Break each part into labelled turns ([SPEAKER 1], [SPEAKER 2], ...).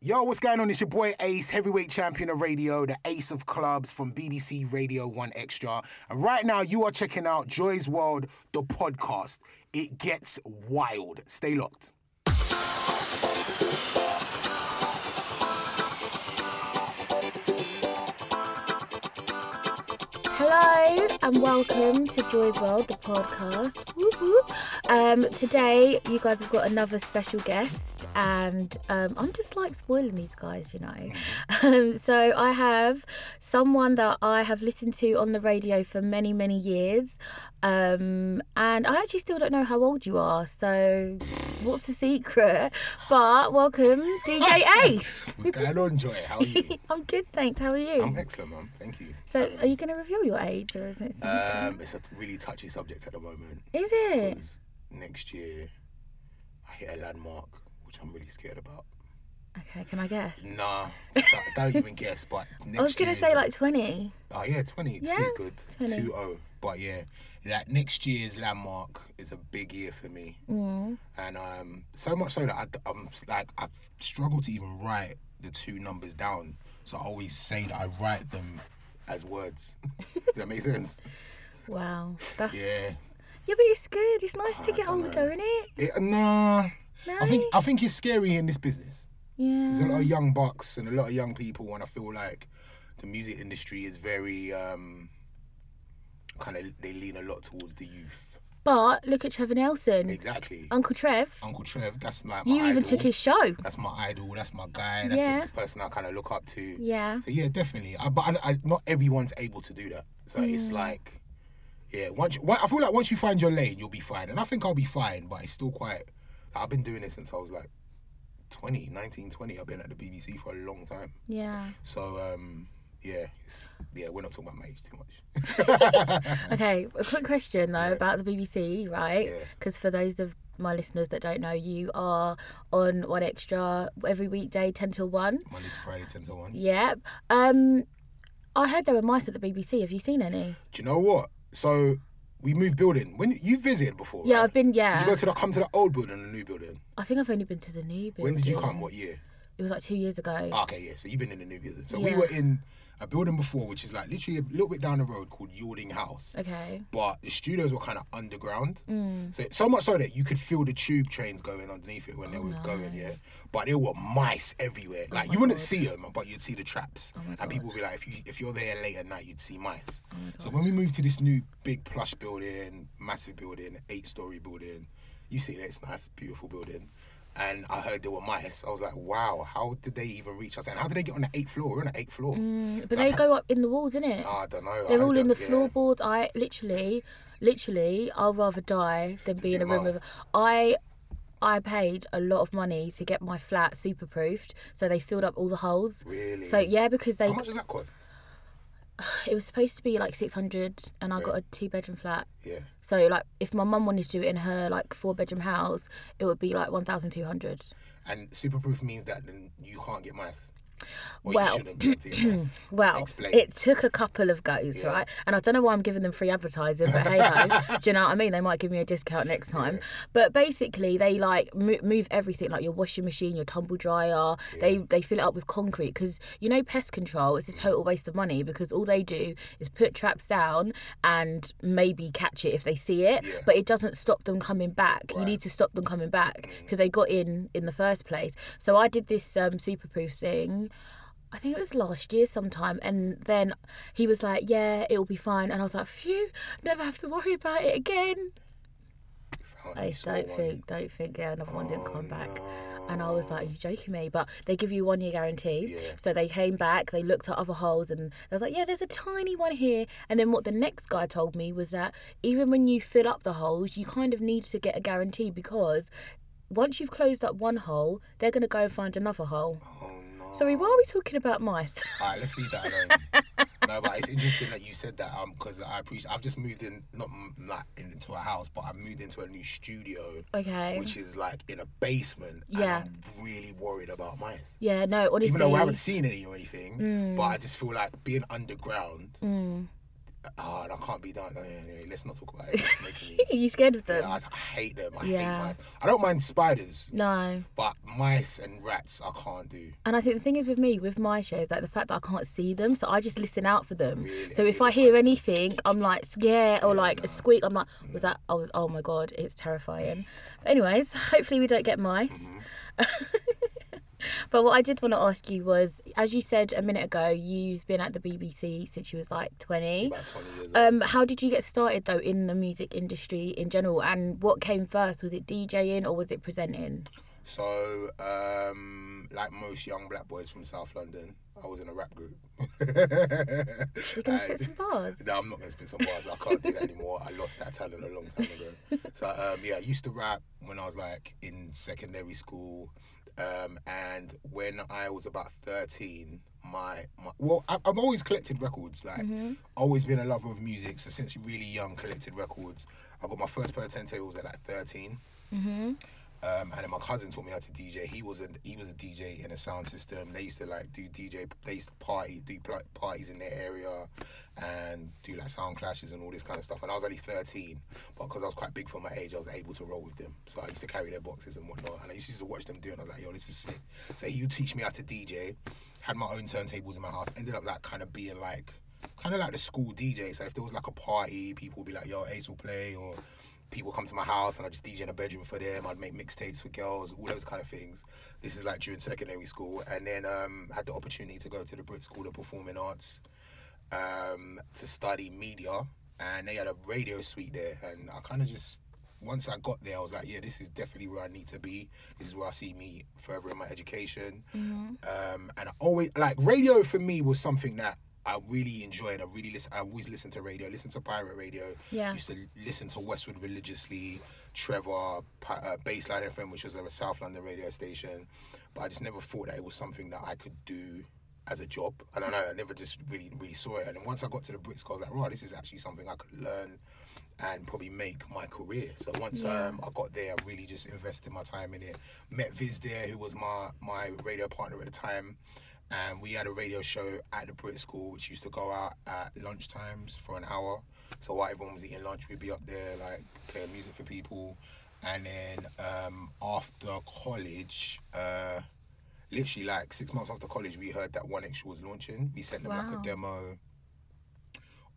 [SPEAKER 1] Yo, what's going on? It's your boy Ace, heavyweight champion of radio, the ace of clubs from BBC Radio 1 Extra. And right now, you are checking out Joy's World, the podcast. It gets wild. Stay locked.
[SPEAKER 2] Hello and welcome to Joy's World, the podcast. Whoop, whoop. Um, today, you guys have got another special guest, and um, I'm just like spoiling these guys, you know. Um, so, I have someone that I have listened to on the radio for many, many years, um, and I actually still don't know how old you are, so what's the secret? But welcome, DJ Ace.
[SPEAKER 1] What's going on, Joy? How are you?
[SPEAKER 2] I'm good, thanks. How are you?
[SPEAKER 1] I'm excellent, man. Thank you.
[SPEAKER 2] so, are you going to reveal your age, or is it?
[SPEAKER 1] Um, it's a really touchy subject at the moment.
[SPEAKER 2] Is it?
[SPEAKER 1] 'cause Next year, I hit a landmark, which I'm really scared about.
[SPEAKER 2] Okay, can I guess?
[SPEAKER 1] Nah, don't- don't even guess. But next
[SPEAKER 2] I was gonna
[SPEAKER 1] year
[SPEAKER 2] say
[SPEAKER 1] is-
[SPEAKER 2] like twenty.
[SPEAKER 1] Oh yeah, twenty.
[SPEAKER 2] Yeah,
[SPEAKER 1] Yeah, good.
[SPEAKER 2] 20.
[SPEAKER 1] Two zero. But yeah, that next year's landmark is a big year for me,
[SPEAKER 2] Mm.
[SPEAKER 1] and um, so much so that I, I'm like I've struggled to even write the two numbers down. So I always say that I write them as words. Does that make sense?
[SPEAKER 2] Wow, that's yeah.
[SPEAKER 1] Yeah.
[SPEAKER 2] but it's good. It's nice to get older, isn't it?
[SPEAKER 1] It, nah.
[SPEAKER 2] No.
[SPEAKER 1] I think I think it's scary in this business. There's a
[SPEAKER 2] yeah.
[SPEAKER 1] lot of young bucks and a lot of young people, and I feel like the music industry is very um, kind of they lean a lot towards the youth.
[SPEAKER 2] But look at Trevor Nelson,
[SPEAKER 1] Exactly.
[SPEAKER 2] Uncle Trev.
[SPEAKER 1] Uncle Trev, that's like my
[SPEAKER 2] Um, You even
[SPEAKER 1] idol.
[SPEAKER 2] took his show.
[SPEAKER 1] That's my idol. That's my guy. That's
[SPEAKER 2] Yeah.
[SPEAKER 1] the person I kind of look up to.
[SPEAKER 2] Yeah.
[SPEAKER 1] So yeah, definitely. I, but I, I, not everyone's able to do that. So
[SPEAKER 2] Mm.
[SPEAKER 1] it's like, yeah. Once you- well, I feel like once you find your lane, you'll be fine. And I think I'll be fine. But it's still quite. I've been doing this since I was like 20, 19, 20. I've been at the BBC for a long time.
[SPEAKER 2] Yeah.
[SPEAKER 1] So um, yeah, it's, yeah. We're not talking about my age too much.
[SPEAKER 2] Okay. A quick question though about the BBC, right?
[SPEAKER 1] Yeah.
[SPEAKER 2] Because for those of my listeners that don't know, you are on One Extra every weekday, ten till one.
[SPEAKER 1] Monday to Friday, ten to one.
[SPEAKER 2] Yep. Um, I heard there were mice at the BBC. Have you seen any?
[SPEAKER 1] Do you know what? So we moved building. When you visited before?
[SPEAKER 2] Yeah,
[SPEAKER 1] right?
[SPEAKER 2] I've been.
[SPEAKER 1] Did you
[SPEAKER 2] Yeah.
[SPEAKER 1] go to the come to the old building and the new building?
[SPEAKER 2] I think I've only been to the new
[SPEAKER 1] When
[SPEAKER 2] building.
[SPEAKER 1] did you come? What year?
[SPEAKER 2] It was like two years ago.
[SPEAKER 1] Ah, okay, yeah. So you've been in the new building. So we
[SPEAKER 2] Yeah.
[SPEAKER 1] were in a building before, which is like literally a little bit down the road called Yording House.
[SPEAKER 2] Okay.
[SPEAKER 1] But the studios were kind of underground,
[SPEAKER 2] Mm.
[SPEAKER 1] so so much so that you could feel the tube trains going underneath it when
[SPEAKER 2] Oh,
[SPEAKER 1] they were going, yeah. But there were mice everywhere. Like you wouldn't see 'em, see them, but you'd see the traps,
[SPEAKER 2] Oh
[SPEAKER 1] and people would be like, if you if you're there late at night, you'd see mice. so when we moved to this new big plush building, massive building, eight story building, you see that it's nice, beautiful building. And I heard there were mice. I was like, wow, how did they even reach us? And how did they get on the eighth floor? We're on the eighth floor.
[SPEAKER 2] But they go up in the walls, innit?
[SPEAKER 1] Mm, Oh, I don't know.
[SPEAKER 2] Mm. They're all in the floorboards. I literally, literally, I'll rather die than be in a
[SPEAKER 1] it
[SPEAKER 2] room
[SPEAKER 1] miles?
[SPEAKER 2] with. I, I paid a lot of money to get my flat super proofed, so they filled up all the holes.
[SPEAKER 1] Really?
[SPEAKER 2] So yeah, because they
[SPEAKER 1] How much does that cost?
[SPEAKER 2] it was supposed to be like six hundred, and I got a two bedroom flat.
[SPEAKER 1] Yeah.
[SPEAKER 2] So like, if my mum wanted to do it in her like four bedroom house, it would be like one thousand two hundred.
[SPEAKER 1] And superproof means that then you can't get mice. Or
[SPEAKER 2] Well,
[SPEAKER 1] you shouldn't be able to get mice.
[SPEAKER 2] Well,
[SPEAKER 1] Explain.
[SPEAKER 2] it took a couple of goes, right? And I don't know why I'm giving them free advertising, but hey ho, do you know what I mean? They might give me a discount next time. But basically, they like mo- move everything, like your washing machine, your tumble dryer. They they fill it up with concrete because you know pest control is a total waste of money because all they do is put traps down and maybe catch it if they see it, but it doesn't stop them coming back. You need to stop them coming back
[SPEAKER 1] Mm.
[SPEAKER 2] because they got in in the first place. So I did this um, superproof thing. I think it was last year sometime, and then he was like, "Yeah, it'll be fine," and I was like, "Phew, never have to worry about it again."
[SPEAKER 1] Found
[SPEAKER 2] I
[SPEAKER 1] you
[SPEAKER 2] just
[SPEAKER 1] saw
[SPEAKER 2] don't
[SPEAKER 1] one.
[SPEAKER 2] think, don't think, yeah, another one didn't come back, and I was like, "Are you joking me?" But they give you one year guarantee,
[SPEAKER 1] Yeah.
[SPEAKER 2] so they came back, they looked at other holes, and they was like, "Yeah, there's a tiny one here," and then what the next guy told me was that even when you fill up the holes, you kind of need to get a guarantee because. Once you've closed up one hole, they're going to go and find another hole.
[SPEAKER 1] Oh no.
[SPEAKER 2] Sorry, why are we talking about mice?
[SPEAKER 1] Alright, let's leave that alone. no, but it's interesting that you said that um because I appreciate. I've just moved in, not m- not into a house, but I've moved into a new studio,
[SPEAKER 2] okay.
[SPEAKER 1] which is like in a basement.
[SPEAKER 2] Yeah.
[SPEAKER 1] And I'm really worried about mice.
[SPEAKER 2] Yeah, no, honestly. Hmm.
[SPEAKER 1] Even though I haven't seen any or anything, but I just feel like being underground Oh, that can't be done. No, yeah, anyway, let's not talk about it. It's making me-
[SPEAKER 2] Are you scared of them?
[SPEAKER 1] yeah, I, I hate them. I
[SPEAKER 2] Yeah.
[SPEAKER 1] hate mice. I don't mind spiders,
[SPEAKER 2] No.
[SPEAKER 1] but mice and rats I can't do.
[SPEAKER 2] And I think the thing is with me, with my shows, like the fact that I can't see them, so I just listen out for them.
[SPEAKER 1] Really?
[SPEAKER 2] So if I hear anything, I'm like, yeah, or like a squeak, I'm like, was that? I was, oh my god, it's terrifying. But anyways, hopefully we don't get mice.
[SPEAKER 1] Mm-hmm.
[SPEAKER 2] but what I did want to ask you was, as you said a minute ago, you've been at the BBC since you was like 20.
[SPEAKER 1] About 20 years old.
[SPEAKER 2] Um, how did you get started though in the music industry in general, and what came first? Was it DJing or was it presenting?
[SPEAKER 1] So, um, like most young black boys from South London, I was in a rap group.
[SPEAKER 2] You're gonna spit some bars.
[SPEAKER 1] No, I'm not going to spit some bars. I can't do that anymore. I lost that talent a long time ago. So, um, yeah, I used to rap when I was like in secondary school. Um, and when I was about 13, my, my well, I, I've always collected records, like, always been a lover of music. So, since really young, collected records. I got my first pair of turntables at like 13. Um, and then my cousin taught me how to DJ. He was a he was a DJ in a sound system. They used to like do DJ. They used to party, do pl- parties in their area, and do like sound clashes and all this kind of stuff. And I was only thirteen, but because I was quite big for my age, I was able to roll with them. So I used to carry their boxes and whatnot, and I used to watch them do. it, And I was like, yo, this is sick. So he would teach me how to DJ. Had my own turntables in my house. Ended up like kind of being like, kind of like the school DJ. So if there was like a party, people would be like, yo, Ace will play or people come to my house and I just DJ in a bedroom for them. I'd make mixtapes for girls, all those kind of things. This is like during secondary school, and then um, had the opportunity to go to the Brit School of Performing Arts um, to study media, and they had a radio suite there, and I kind of just. Once I got there, I was like, "Yeah, this is definitely where I need to be. This is where I see me further in my education." Um, and I always like radio for me was something that I really enjoyed. I really listen. I always listened to radio. Listened to pirate radio.
[SPEAKER 2] Yeah.
[SPEAKER 1] Used to listen to Westwood religiously, Trevor, Pa- uh, Baseline FM, which was a South London radio station. But I just never thought that it was something that I could do as a job. I don't know. I never just really, really saw it. And then once I got to the Brits, I was like, right, this is actually something I could learn and probably make my career. So once um, I got there, I really just invested my time in it. Met Viz there, who was my, my radio partner at the time and we had a radio show at the Brit School, which used to go out at lunch times for an hour. So while everyone was eating lunch, we'd be up there like playing music for people. And then um, after college, uh, literally like six months after college, we heard that One Extra was launching. We sent them like
[SPEAKER 2] Wow.
[SPEAKER 1] a demo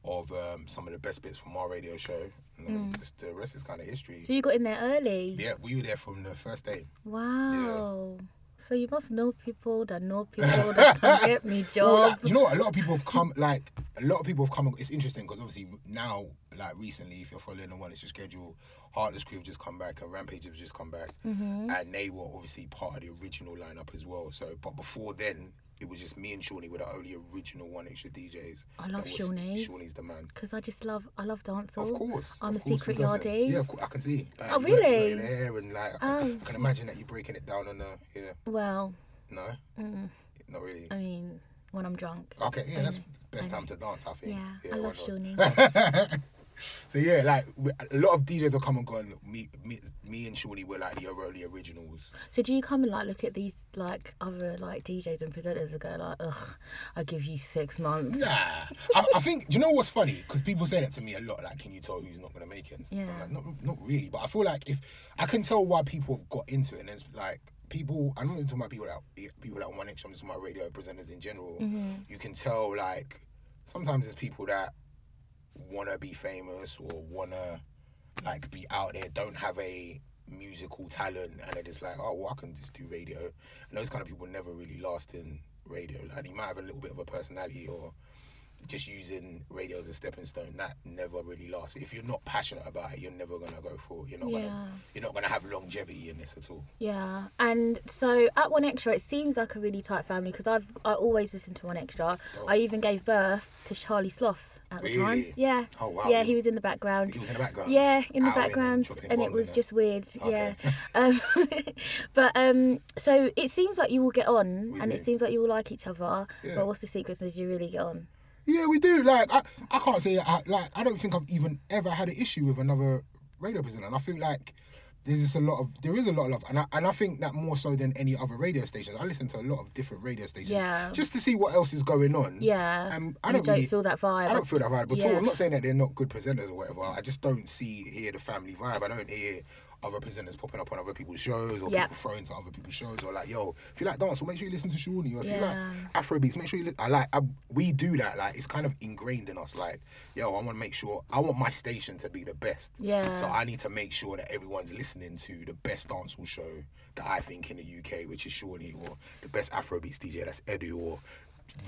[SPEAKER 1] of um, some of the best bits from our radio show. And then just the rest is kind of history.
[SPEAKER 2] So you got in there early.
[SPEAKER 1] yeah, we were there from the first day.
[SPEAKER 2] Wow. So you must know people that know people that can get me
[SPEAKER 1] Well,
[SPEAKER 2] job.
[SPEAKER 1] like, you know, what? a lot of people have come. Like a lot of people have come. It's interesting because obviously now, like recently, if you're following the one, it's your schedule. Heartless Crew have just come back, and Rampage have just come back,
[SPEAKER 2] Mm-hmm.
[SPEAKER 1] and they were obviously part of the original lineup as well. So, but before then, it was just me and Shawnee were the only original one extra DJs.
[SPEAKER 2] I
[SPEAKER 1] that
[SPEAKER 2] love
[SPEAKER 1] was-
[SPEAKER 2] Shawnee.
[SPEAKER 1] Shawnee's the man.
[SPEAKER 2] Because I just love, I love dancehall.
[SPEAKER 1] Of course. of
[SPEAKER 2] I'm
[SPEAKER 1] course,
[SPEAKER 2] a secret
[SPEAKER 1] who doesn't?
[SPEAKER 2] yardie.
[SPEAKER 1] Yeah, of course, I can see. Like,
[SPEAKER 2] Oh,
[SPEAKER 1] you're- you're
[SPEAKER 2] really? Oh.
[SPEAKER 1] in there and like, I can, I can imagine that you're breaking it down on the. Yeah.
[SPEAKER 2] Well,
[SPEAKER 1] No. Not really.
[SPEAKER 2] I mean, when I'm drunk.
[SPEAKER 1] Okay, yeah, that's best time to dance, I think.
[SPEAKER 2] Yeah, I
[SPEAKER 1] why not?
[SPEAKER 2] love Shawnee.
[SPEAKER 1] So yeah, like we- a lot of DJs have come and gone. Me, me, me and Shawnee were like the early originals.
[SPEAKER 2] so do you come and like look at these like other like DJs and presenters and go like, ugh, I give you six months.
[SPEAKER 1] Nah, I, I think. Do you know what's funny? Because people say that to me a lot. Like, can you tell who's not gonna make it? And stuff. I'm
[SPEAKER 2] Yeah.
[SPEAKER 1] like, not, not really. But I feel like if I can tell why people have got into it, and it's like people. I'm not even talking about people like people like One Extra. I'm just talking about radio presenters in general.
[SPEAKER 2] Mm-hmm.
[SPEAKER 1] You can tell like sometimes it's people that wanna be famous or wanna like be out there, don't have a musical talent, and they're just like, oh, well, I can just do radio. And those kind of people never really last in radio. Like, you might have a little bit of a personality or just using radio as a stepping stone. That never really lasts. If you're not passionate about it, you're never gonna go for. it. You're not
[SPEAKER 2] Yeah.
[SPEAKER 1] gonna. You're not gonna have longevity in this at all.
[SPEAKER 2] Yeah, and so at One Extra, it seems like a really tight family because I've I always listened to One Extra. I even gave birth to Charlie Sloth at the time.
[SPEAKER 1] Oh. Really?
[SPEAKER 2] Yeah.
[SPEAKER 1] Oh, wow.
[SPEAKER 2] Yeah, he was in the background.
[SPEAKER 1] He was in the background.
[SPEAKER 2] Yeah, in the
[SPEAKER 1] Out and
[SPEAKER 2] background,
[SPEAKER 1] dropping
[SPEAKER 2] and, it
[SPEAKER 1] bombs
[SPEAKER 2] was
[SPEAKER 1] in there.
[SPEAKER 2] just weird.
[SPEAKER 1] Okay.
[SPEAKER 2] Yeah, um, but um, so it seems like you will get on, and it
[SPEAKER 1] do.
[SPEAKER 2] seems like you will like each other.
[SPEAKER 1] Yeah.
[SPEAKER 2] But what's the secret? Does you really get on?
[SPEAKER 1] Yeah, we do. Like, I, I can't say I, like I don't think I've even ever had an issue with another radio presenter. And I feel like there's just a lot of there is a lot of love, and I and I think that more so than any other radio stations. I listen to a lot of different radio stations,
[SPEAKER 2] Yeah.
[SPEAKER 1] just to see what else is going on.
[SPEAKER 2] Yeah.
[SPEAKER 1] um, I
[SPEAKER 2] I
[SPEAKER 1] don't
[SPEAKER 2] don't
[SPEAKER 1] really-
[SPEAKER 2] feel that vibe.
[SPEAKER 1] I don't feel that vibe at all.
[SPEAKER 2] Yeah.
[SPEAKER 1] I'm not saying that they're not good presenters or whatever. I just don't see hear the family vibe. I don't hear other presenters popping up on other people's shows or
[SPEAKER 2] Yeah.
[SPEAKER 1] people throwing to other people's shows or like, yo, if you like dance, well, make sure you listen to Shawnee. Or if you
[SPEAKER 2] Yeah.
[SPEAKER 1] like Afrobeats, make sure you. Li- I like. I, we do that. Like it's kind of ingrained in us. Like, yo, I want to make sure I want my station to be the best.
[SPEAKER 2] Yeah.
[SPEAKER 1] So I need to make sure that everyone's listening to the best dancehall show that I think in the UK, which is Shawnee, or the best Afrobeats DJ that's Edu or.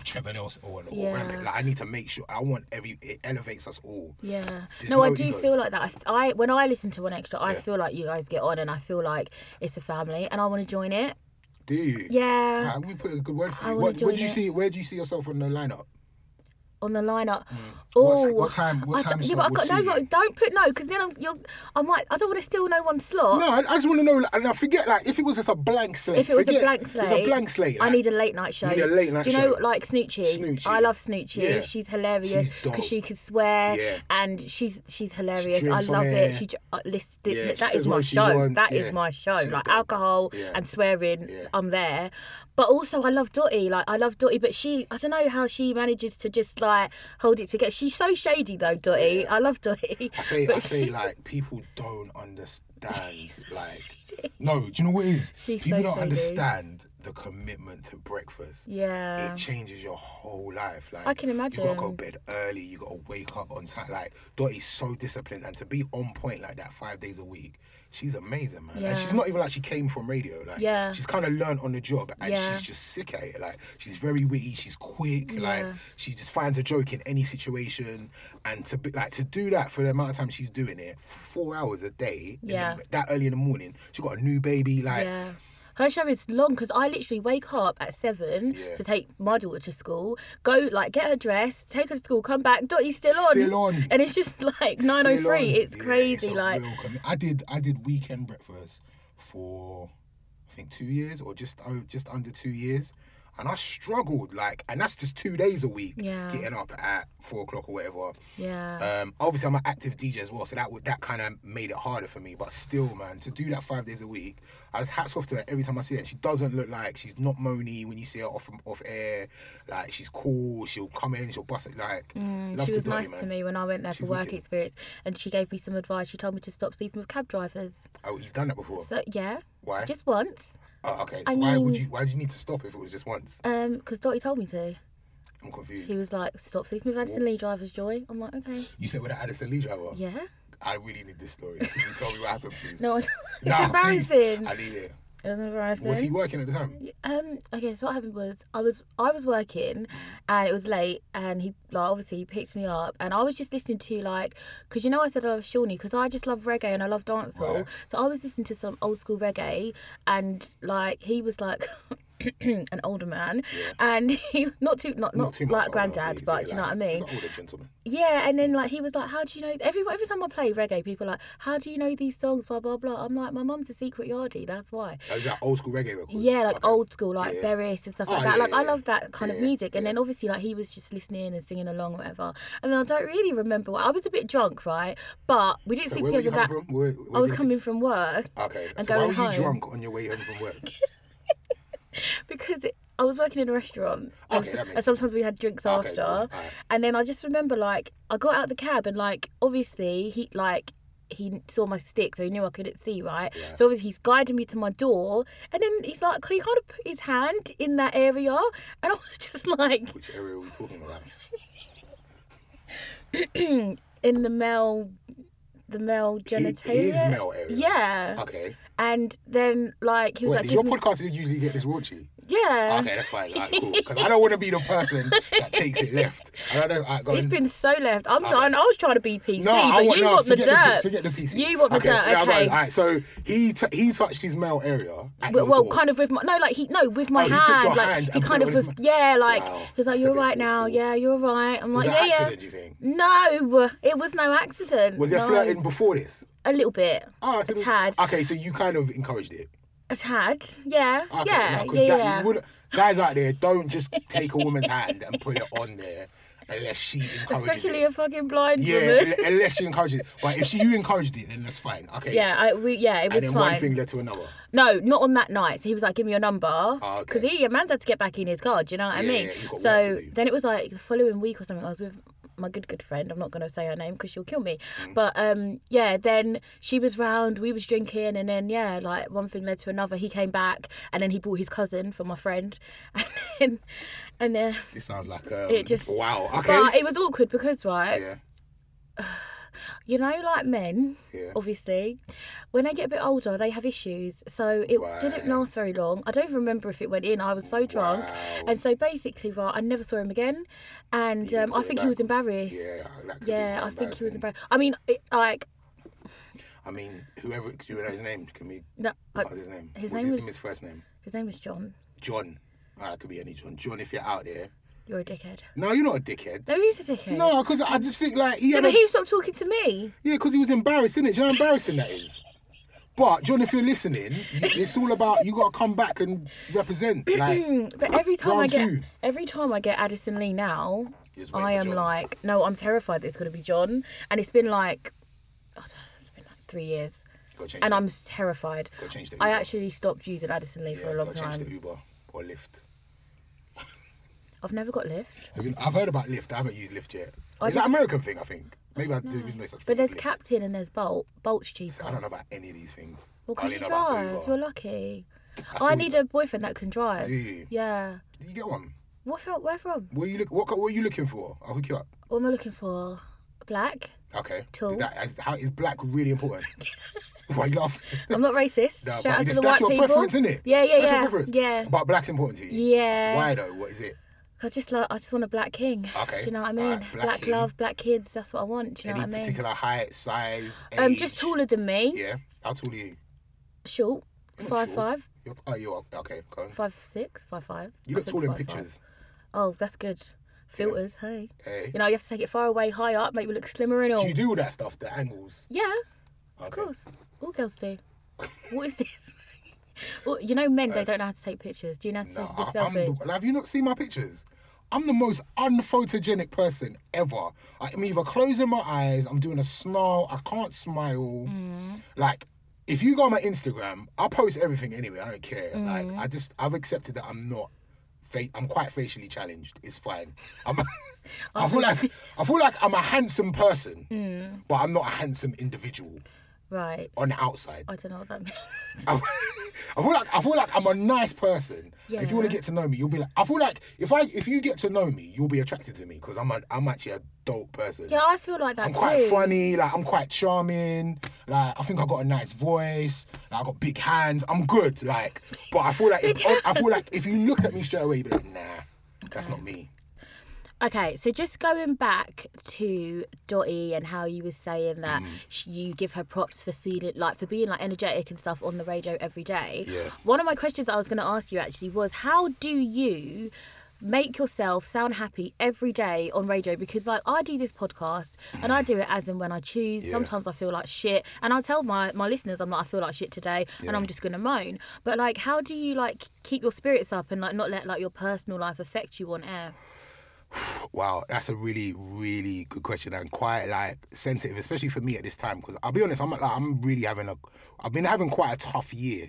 [SPEAKER 1] Trevor Nelson or, or
[SPEAKER 2] Yeah.
[SPEAKER 1] Rampant. Like I need to make sure I want every it elevates us all.
[SPEAKER 2] Yeah.
[SPEAKER 1] There's
[SPEAKER 2] no, I
[SPEAKER 1] no
[SPEAKER 2] do
[SPEAKER 1] egos.
[SPEAKER 2] feel like that. I, f- I- when I listen to One Extra, I
[SPEAKER 1] Yeah.
[SPEAKER 2] feel like you guys get on, and I feel like it's a family, and I want to join it.
[SPEAKER 1] Do you?
[SPEAKER 2] Yeah.
[SPEAKER 1] Like, Ah, we put a good word for
[SPEAKER 2] I
[SPEAKER 1] you.
[SPEAKER 2] wanna
[SPEAKER 1] What, where do
[SPEAKER 2] join
[SPEAKER 1] you
[SPEAKER 2] it.
[SPEAKER 1] see? Where do you see yourself on the lineup?
[SPEAKER 2] On the lineup.
[SPEAKER 1] Mm. What's-
[SPEAKER 2] Oh,
[SPEAKER 1] what time- what
[SPEAKER 2] I don't-
[SPEAKER 1] time
[SPEAKER 2] yeah, but
[SPEAKER 1] slot
[SPEAKER 2] I
[SPEAKER 1] would
[SPEAKER 2] got,
[SPEAKER 1] suit
[SPEAKER 2] no,
[SPEAKER 1] you?
[SPEAKER 2] like, don't put no, because then I'm, you're, I might. I don't want to steal no one's slot.
[SPEAKER 1] No, I, I just want to know. Like, and I forget like if it was just a blank slate.
[SPEAKER 2] If it was
[SPEAKER 1] forget-
[SPEAKER 2] a blank slate,
[SPEAKER 1] it's a blank slate.
[SPEAKER 2] I
[SPEAKER 1] like,
[SPEAKER 2] need a late night show.
[SPEAKER 1] need a late night
[SPEAKER 2] Do you know,
[SPEAKER 1] show.
[SPEAKER 2] like Snoochie?
[SPEAKER 1] Snoochie.
[SPEAKER 2] I love Snoochie.
[SPEAKER 1] Yeah.
[SPEAKER 2] She's hilarious
[SPEAKER 1] She's dope.
[SPEAKER 2] because she can swear
[SPEAKER 1] Yeah.
[SPEAKER 2] and she's she's hilarious. I
[SPEAKER 1] drinks on
[SPEAKER 2] love
[SPEAKER 1] air.
[SPEAKER 2] it. She dr- uh, list, th-
[SPEAKER 1] Yeah,
[SPEAKER 2] th-
[SPEAKER 1] she
[SPEAKER 2] that
[SPEAKER 1] says
[SPEAKER 2] is my
[SPEAKER 1] what she
[SPEAKER 2] show.
[SPEAKER 1] wants,
[SPEAKER 2] That is
[SPEAKER 1] yeah.
[SPEAKER 2] my show.
[SPEAKER 1] She's
[SPEAKER 2] like
[SPEAKER 1] dope.
[SPEAKER 2] alcohol
[SPEAKER 1] Yeah.
[SPEAKER 2] and swearing,
[SPEAKER 1] Yeah.
[SPEAKER 2] I'm there. But also, I love Dottie. Like I love Dottie, but she I don't know how she manages to just like hold it together. She's so shady though, Dottie. I love Dottie.
[SPEAKER 1] I say,
[SPEAKER 2] but
[SPEAKER 1] I say, like people don't understand. Like, no, do you know what it is?
[SPEAKER 2] She's
[SPEAKER 1] people
[SPEAKER 2] so
[SPEAKER 1] don't
[SPEAKER 2] shady.
[SPEAKER 1] understand the commitment to breakfast.
[SPEAKER 2] yeah.
[SPEAKER 1] it changes your whole life. Like
[SPEAKER 2] I can
[SPEAKER 1] You gotta go
[SPEAKER 2] imagine.
[SPEAKER 1] to bed early. You gotta wake up on time. Like Dottie's so disciplined, and to be on point like that five days a week, she's amazing, man.
[SPEAKER 2] Yeah.
[SPEAKER 1] And she's not even like she came from radio. Like
[SPEAKER 2] Yeah.
[SPEAKER 1] she's kind of learned on the job, and
[SPEAKER 2] Yeah.
[SPEAKER 1] she's just sick at it. Like she's very witty. She's quick. Like
[SPEAKER 2] Yeah.
[SPEAKER 1] she just finds a joke in any situation, and to be like to do that for the amount of time she's doing it, four hours a day. in the-
[SPEAKER 2] Yeah.
[SPEAKER 1] that early in the morning, she got a new baby. Like.
[SPEAKER 2] Yeah. Her show is long because I literally wake up at seven
[SPEAKER 1] Yeah.
[SPEAKER 2] to take my daughter to school, go like get her dressed, take her to school, come back. Dottie's still on,
[SPEAKER 1] Still on.
[SPEAKER 2] and it's just like
[SPEAKER 1] still
[SPEAKER 2] nine oh
[SPEAKER 1] on.
[SPEAKER 2] three. It's
[SPEAKER 1] Yeah,
[SPEAKER 2] crazy.
[SPEAKER 1] a
[SPEAKER 2] like
[SPEAKER 1] real commi- I did, I did weekend breakfast for I think two years or just o- just under two years, and I struggled like, and that's just two days a week.
[SPEAKER 2] Yeah.
[SPEAKER 1] getting up at four o'clock or whatever.
[SPEAKER 2] yeah,
[SPEAKER 1] Um, obviously I'm an active DJ as well, so that would that kind of made it harder for me. But still, man, to do that five days a week, I just hats off to her every time I see her. She doesn't look like she's not moany when you see her off off air. Like she's cool. She'll come in. She'll bust it. Like love
[SPEAKER 2] Mm, she
[SPEAKER 1] to
[SPEAKER 2] was
[SPEAKER 1] Dottie,
[SPEAKER 2] nice
[SPEAKER 1] man.
[SPEAKER 2] to me when I went there
[SPEAKER 1] She's
[SPEAKER 2] for work
[SPEAKER 1] wicked.
[SPEAKER 2] experience, and she gave me some advice. She told me to stop sleeping with cab drivers.
[SPEAKER 1] Oh, you've done that before.
[SPEAKER 2] So yeah,
[SPEAKER 1] Why?
[SPEAKER 2] just once,
[SPEAKER 1] Oh, okay. So
[SPEAKER 2] I
[SPEAKER 1] why would
[SPEAKER 2] mean-
[SPEAKER 1] you? Why do you need to stop if it was just once?
[SPEAKER 2] um, because Dottie told me to.
[SPEAKER 1] I'm confused.
[SPEAKER 2] She was like, stop sleeping with Addison Lee drivers, Joy. I'm like, okay,
[SPEAKER 1] You said with the Addison Lee driver.
[SPEAKER 2] yeah.
[SPEAKER 1] I really need this story. Can you tell me what happened, please?
[SPEAKER 2] No, it's
[SPEAKER 1] Nah, please.
[SPEAKER 2] embarrassing.
[SPEAKER 1] I need it.
[SPEAKER 2] It was embarrassing.
[SPEAKER 1] Was he working at the time?
[SPEAKER 2] Um. Okay. So what happened was I was I was working, and it was late, and he like obviously he picked me up, and I was just listening to like, cause you know I said I love Shawnee, cause I just love reggae and I love dancehall,
[SPEAKER 1] Right.
[SPEAKER 2] so I was listening to some old school reggae, and like he was like. an older man and he not too not not,
[SPEAKER 1] Not too much
[SPEAKER 2] like
[SPEAKER 1] older,
[SPEAKER 2] granddad
[SPEAKER 1] please.
[SPEAKER 2] but
[SPEAKER 1] Yeah,
[SPEAKER 2] do you know what
[SPEAKER 1] like,
[SPEAKER 2] i mean
[SPEAKER 1] He's an older gentleman.
[SPEAKER 2] yeah, and then like he was like, "How do you know?" Every every time I play reggae, people are like, "How do you know these songs?" Blah blah blah. I'm like, "My mum's a secret yardie, that's why."
[SPEAKER 1] Oh, Is that old school reggae record?
[SPEAKER 2] Yeah, like
[SPEAKER 1] Okay.
[SPEAKER 2] old school, like
[SPEAKER 1] Yeah.
[SPEAKER 2] Berris and stuff
[SPEAKER 1] Oh,
[SPEAKER 2] like that.
[SPEAKER 1] yeah,
[SPEAKER 2] like
[SPEAKER 1] yeah,
[SPEAKER 2] I
[SPEAKER 1] yeah.
[SPEAKER 2] love that kind of
[SPEAKER 1] Yeah,
[SPEAKER 2] music. And then obviously, like he was just listening and singing along, or whatever. And then I don't really remember. What, I was a bit drunk, right? But we didn't
[SPEAKER 1] So
[SPEAKER 2] sleep
[SPEAKER 1] where were you
[SPEAKER 2] together. That
[SPEAKER 1] coming from? Where, where
[SPEAKER 2] I was
[SPEAKER 1] did-
[SPEAKER 2] coming from work
[SPEAKER 1] Okay.
[SPEAKER 2] and
[SPEAKER 1] so why were
[SPEAKER 2] going
[SPEAKER 1] you
[SPEAKER 2] home.
[SPEAKER 1] drunk on your way home from work?
[SPEAKER 2] because it, I was working in a restaurant. and,
[SPEAKER 1] Okay,
[SPEAKER 2] so-
[SPEAKER 1] that makes
[SPEAKER 2] and sometimes we had drinks
[SPEAKER 1] Okay,
[SPEAKER 2] after.
[SPEAKER 1] cool. Alright.
[SPEAKER 2] And then I just remember like I got out the cab and like obviously he like he saw my stick so he knew I couldn't see right. So obviously he's guiding me to my door and then he's like he kind of put his hand in that area and I was just like
[SPEAKER 1] Which area are we talking about?
[SPEAKER 2] in the male the male
[SPEAKER 1] It
[SPEAKER 2] genitalia.
[SPEAKER 1] is male area.
[SPEAKER 2] Yeah.
[SPEAKER 1] Okay.
[SPEAKER 2] And then like he was
[SPEAKER 1] Wait,
[SPEAKER 2] like Um,
[SPEAKER 1] does your
[SPEAKER 2] give me-
[SPEAKER 1] podcast usually get this raunchy?
[SPEAKER 2] yeah.
[SPEAKER 1] Okay, that's fine. All right, cool. Because I don't want to be the person that takes it left. I don't know. All right, go
[SPEAKER 2] It's
[SPEAKER 1] on.
[SPEAKER 2] been so left. I'm trying. I was trying to be PC,
[SPEAKER 1] No, I
[SPEAKER 2] but
[SPEAKER 1] want,
[SPEAKER 2] you
[SPEAKER 1] no,
[SPEAKER 2] want the
[SPEAKER 1] forget
[SPEAKER 2] dirt.
[SPEAKER 1] forget the PC.
[SPEAKER 2] You want the dirt.
[SPEAKER 1] yeah,
[SPEAKER 2] Okay.
[SPEAKER 1] all right, so he t- he touched his male area. At
[SPEAKER 2] well,
[SPEAKER 1] your
[SPEAKER 2] well,
[SPEAKER 1] door.
[SPEAKER 2] kind of with my no, like he no, with my
[SPEAKER 1] Oh, he took your
[SPEAKER 2] hand. Like
[SPEAKER 1] hand
[SPEAKER 2] he
[SPEAKER 1] and
[SPEAKER 2] kind
[SPEAKER 1] put it
[SPEAKER 2] of
[SPEAKER 1] on his
[SPEAKER 2] was
[SPEAKER 1] mouth.
[SPEAKER 2] yeah, like
[SPEAKER 1] Wow,
[SPEAKER 2] he was like,
[SPEAKER 1] that's a
[SPEAKER 2] "You're
[SPEAKER 1] bit
[SPEAKER 2] right now.
[SPEAKER 1] forceful.
[SPEAKER 2] Yeah, you're right." I'm
[SPEAKER 1] Was
[SPEAKER 2] like,
[SPEAKER 1] it
[SPEAKER 2] "Yeah,
[SPEAKER 1] accident,
[SPEAKER 2] yeah."
[SPEAKER 1] do you think?
[SPEAKER 2] No, it was no accident.
[SPEAKER 1] Was there
[SPEAKER 2] no.
[SPEAKER 1] flirting before this?
[SPEAKER 2] A little bit.
[SPEAKER 1] Oh,
[SPEAKER 2] a tad.
[SPEAKER 1] Okay, so you kind of encouraged it.
[SPEAKER 2] A tad. Yeah.
[SPEAKER 1] Okay,
[SPEAKER 2] yeah.
[SPEAKER 1] no, 'cause
[SPEAKER 2] yeah.
[SPEAKER 1] that-
[SPEAKER 2] yeah.
[SPEAKER 1] you wouldn't- guys out there, don't just take a woman's hand and put it on there unless she encourages
[SPEAKER 2] Especially
[SPEAKER 1] it.
[SPEAKER 2] a fucking blind
[SPEAKER 1] yeah,
[SPEAKER 2] woman.
[SPEAKER 1] unle- unless she encourages it. But if she you encouraged it, then that's fine. Okay.
[SPEAKER 2] Yeah, I, we, yeah, it
[SPEAKER 1] And
[SPEAKER 2] was
[SPEAKER 1] then
[SPEAKER 2] fine.
[SPEAKER 1] one thing led to another.
[SPEAKER 2] No, not on that night. So he was like, "Give me your number,"
[SPEAKER 1] Ah, okay.
[SPEAKER 2] because he a man's had to get back in his car. Do you know what I
[SPEAKER 1] Yeah,
[SPEAKER 2] mean?
[SPEAKER 1] yeah, you've got work
[SPEAKER 2] so
[SPEAKER 1] to do.
[SPEAKER 2] then it was like the following week or something. I was with my good good friend. I'm not going to say her name because she'll kill me.
[SPEAKER 1] Mm.
[SPEAKER 2] But um, yeah, then she was round. We was drinking, and then yeah, like one thing led to another. He came back, and then he brought his cousin for my friend, and then, and then
[SPEAKER 1] This sounds like um,
[SPEAKER 2] it just
[SPEAKER 1] wow. Okay.
[SPEAKER 2] But it was awkward because right,
[SPEAKER 1] yeah.
[SPEAKER 2] you know, like men,
[SPEAKER 1] Yeah.
[SPEAKER 2] obviously, when they get a bit older, they have issues. So it didn't last very long. I don't even remember if it went in. I was so drunk.
[SPEAKER 1] Wow.
[SPEAKER 2] And so basically, right, I never saw him again. And um, I
[SPEAKER 1] call it
[SPEAKER 2] think he
[SPEAKER 1] back.
[SPEAKER 2] was embarrassed.
[SPEAKER 1] Yeah, that could be
[SPEAKER 2] Yeah,
[SPEAKER 1] quite
[SPEAKER 2] I think he
[SPEAKER 1] embarrassing.
[SPEAKER 2] was embarrassed. I mean, it, like,
[SPEAKER 1] I mean, whoever do you know his name? Can we?
[SPEAKER 2] no, I,
[SPEAKER 1] What's his name?
[SPEAKER 2] his
[SPEAKER 1] What-
[SPEAKER 2] name was-
[SPEAKER 1] his first name.
[SPEAKER 2] his name was John.
[SPEAKER 1] John. Ah, it could be any John. John, if you're out there.
[SPEAKER 2] You're a dickhead.
[SPEAKER 1] No, you're not a dickhead.
[SPEAKER 2] No, he's a dickhead.
[SPEAKER 1] No, because I just think like he
[SPEAKER 2] Yeah,
[SPEAKER 1] had
[SPEAKER 2] but
[SPEAKER 1] a,
[SPEAKER 2] he stopped talking to me.
[SPEAKER 1] yeah, because he was embarrassed, innit? Do you know how embarrassing that is? But John, if you're listening, you- it's all about you got to come back and represent. Like,
[SPEAKER 2] Mm, But every time I
[SPEAKER 1] Round
[SPEAKER 2] get
[SPEAKER 1] two.
[SPEAKER 2] every time I get Addison Lee now,
[SPEAKER 1] Just wait
[SPEAKER 2] I
[SPEAKER 1] for
[SPEAKER 2] am
[SPEAKER 1] John.
[SPEAKER 2] like, no, I'm terrified that it's gonna be John. And it's been like, I don't know, it's been like three years,
[SPEAKER 1] gotta change
[SPEAKER 2] and
[SPEAKER 1] the-
[SPEAKER 2] I'm s- terrified.
[SPEAKER 1] gotta change the
[SPEAKER 2] I
[SPEAKER 1] Uber.
[SPEAKER 2] actually stopped using Addison Lee for
[SPEAKER 1] yeah,
[SPEAKER 2] a long
[SPEAKER 1] gotta change the
[SPEAKER 2] time.
[SPEAKER 1] Uber or Lyft.
[SPEAKER 2] I've never got Lyft,
[SPEAKER 1] Have you, I've heard about Lyft. I haven't used Lyft yet.
[SPEAKER 2] I
[SPEAKER 1] Is that American thing? I think maybe I, there is no such thing.
[SPEAKER 2] but there's
[SPEAKER 1] as Lyft.
[SPEAKER 2] Captain and there's Bolt. Bolt's
[SPEAKER 1] I
[SPEAKER 2] cheaper.
[SPEAKER 1] don't know about any of these things.
[SPEAKER 2] Well,
[SPEAKER 1] I
[SPEAKER 2] because
[SPEAKER 1] only
[SPEAKER 2] you
[SPEAKER 1] know about
[SPEAKER 2] drive,
[SPEAKER 1] Uber.
[SPEAKER 2] you're lucky. Oh,
[SPEAKER 1] That's
[SPEAKER 2] I
[SPEAKER 1] all-
[SPEAKER 2] need a boyfriend that can drive.
[SPEAKER 1] Do you?
[SPEAKER 2] Yeah.
[SPEAKER 1] Did you get one?
[SPEAKER 2] What? felt- Where from?
[SPEAKER 1] What are you look? What, co- what are you looking for? I'll hook you up.
[SPEAKER 2] What am I looking for? Black.
[SPEAKER 1] Okay.
[SPEAKER 2] Tall.
[SPEAKER 1] Is that is, how, is black really important? Why you laugh?
[SPEAKER 2] I'm not racist.
[SPEAKER 1] No,
[SPEAKER 2] Shout
[SPEAKER 1] but
[SPEAKER 2] out to
[SPEAKER 1] it's-
[SPEAKER 2] the
[SPEAKER 1] that's
[SPEAKER 2] white
[SPEAKER 1] your
[SPEAKER 2] people.
[SPEAKER 1] preference, isn't it?
[SPEAKER 2] Yeah, yeah,
[SPEAKER 1] that's
[SPEAKER 2] yeah.
[SPEAKER 1] Your preference.
[SPEAKER 2] Yeah.
[SPEAKER 1] But black's important to you.
[SPEAKER 2] Yeah.
[SPEAKER 1] Why though? What is it?
[SPEAKER 2] I just like I just want a black king.
[SPEAKER 1] Okay.
[SPEAKER 2] Do you know what I mean?
[SPEAKER 1] Alright, black
[SPEAKER 2] black
[SPEAKER 1] king.
[SPEAKER 2] love, black kids. That's what I want. Do you
[SPEAKER 1] Any
[SPEAKER 2] know what I mean?
[SPEAKER 1] particular height, size, age?
[SPEAKER 2] Um, just taller than me.
[SPEAKER 1] Yeah. How tall are you?
[SPEAKER 2] Short,
[SPEAKER 1] not
[SPEAKER 2] five
[SPEAKER 1] short.
[SPEAKER 2] five,
[SPEAKER 1] You're, oh, you are. Okay. Go on.
[SPEAKER 2] five six, five five.
[SPEAKER 1] You
[SPEAKER 2] I
[SPEAKER 1] look
[SPEAKER 2] think
[SPEAKER 1] tall in
[SPEAKER 2] five five.
[SPEAKER 1] pictures.
[SPEAKER 2] Oh, that's good. Filters, hey.
[SPEAKER 1] Hey.
[SPEAKER 2] You know, you have to take it far away, high up, make me look slimmer and all.
[SPEAKER 1] Do you do all that stuff? The angles.
[SPEAKER 2] Yeah,
[SPEAKER 1] Okay.
[SPEAKER 2] of course. All girls do. what is this? Well, you know, men they don't know how to take pictures. Do you know how to
[SPEAKER 1] No,
[SPEAKER 2] take a
[SPEAKER 1] I-
[SPEAKER 2] good
[SPEAKER 1] Uh, I'm
[SPEAKER 2] selfie?
[SPEAKER 1] the, like, have you not seen my pictures? I'm the most unphotogenic person ever. I- I'm either closing my eyes, I'm doing a snarl, I can't smile. Like, if you go on my Instagram, I post everything anyway. I don't care. Like, I just I've accepted that I'm not. Fa- I'm quite facially challenged. It's fine. I'm. I feel like I feel like I'm a handsome person, but I'm not a handsome individual
[SPEAKER 2] Right.
[SPEAKER 1] on the outside.
[SPEAKER 2] I don't know what that means.
[SPEAKER 1] I I feel like I feel like I'm a nice person.
[SPEAKER 2] Yeah.
[SPEAKER 1] If you want to get to know me, you'll be like. I feel like if I if you get to know me, you'll be attracted to me because I'm a, I'm actually a dope person.
[SPEAKER 2] Yeah, I feel like that
[SPEAKER 1] I'm quite
[SPEAKER 2] too.
[SPEAKER 1] funny. Like I'm quite charming. Like I think I got a nice voice. Like I got big hands. I'm good. Like, but I feel like if, I feel like if you look at me straight away, you'll be like, nah, that's not me.
[SPEAKER 2] Okay, so just going back to Dottie and how you were saying that sh you give her props for feeling like for being like energetic and stuff on the radio every day.
[SPEAKER 1] Yeah.
[SPEAKER 2] One of my questions I was going to ask you actually was how do you make yourself sound happy every day on radio because like I do this podcast and I do it as and when I choose sometimes I feel like shit and I'll tell my my listeners I'm like I feel like shit today and I'm just gonna moan but like how do you like keep your spirits up and like not let like your personal life affect you on air
[SPEAKER 1] Wow, that's a really, really good question and quite like sensitive, especially for me at this time. Because I'll be honest, I'm like I'm really having a, I've been having quite a tough year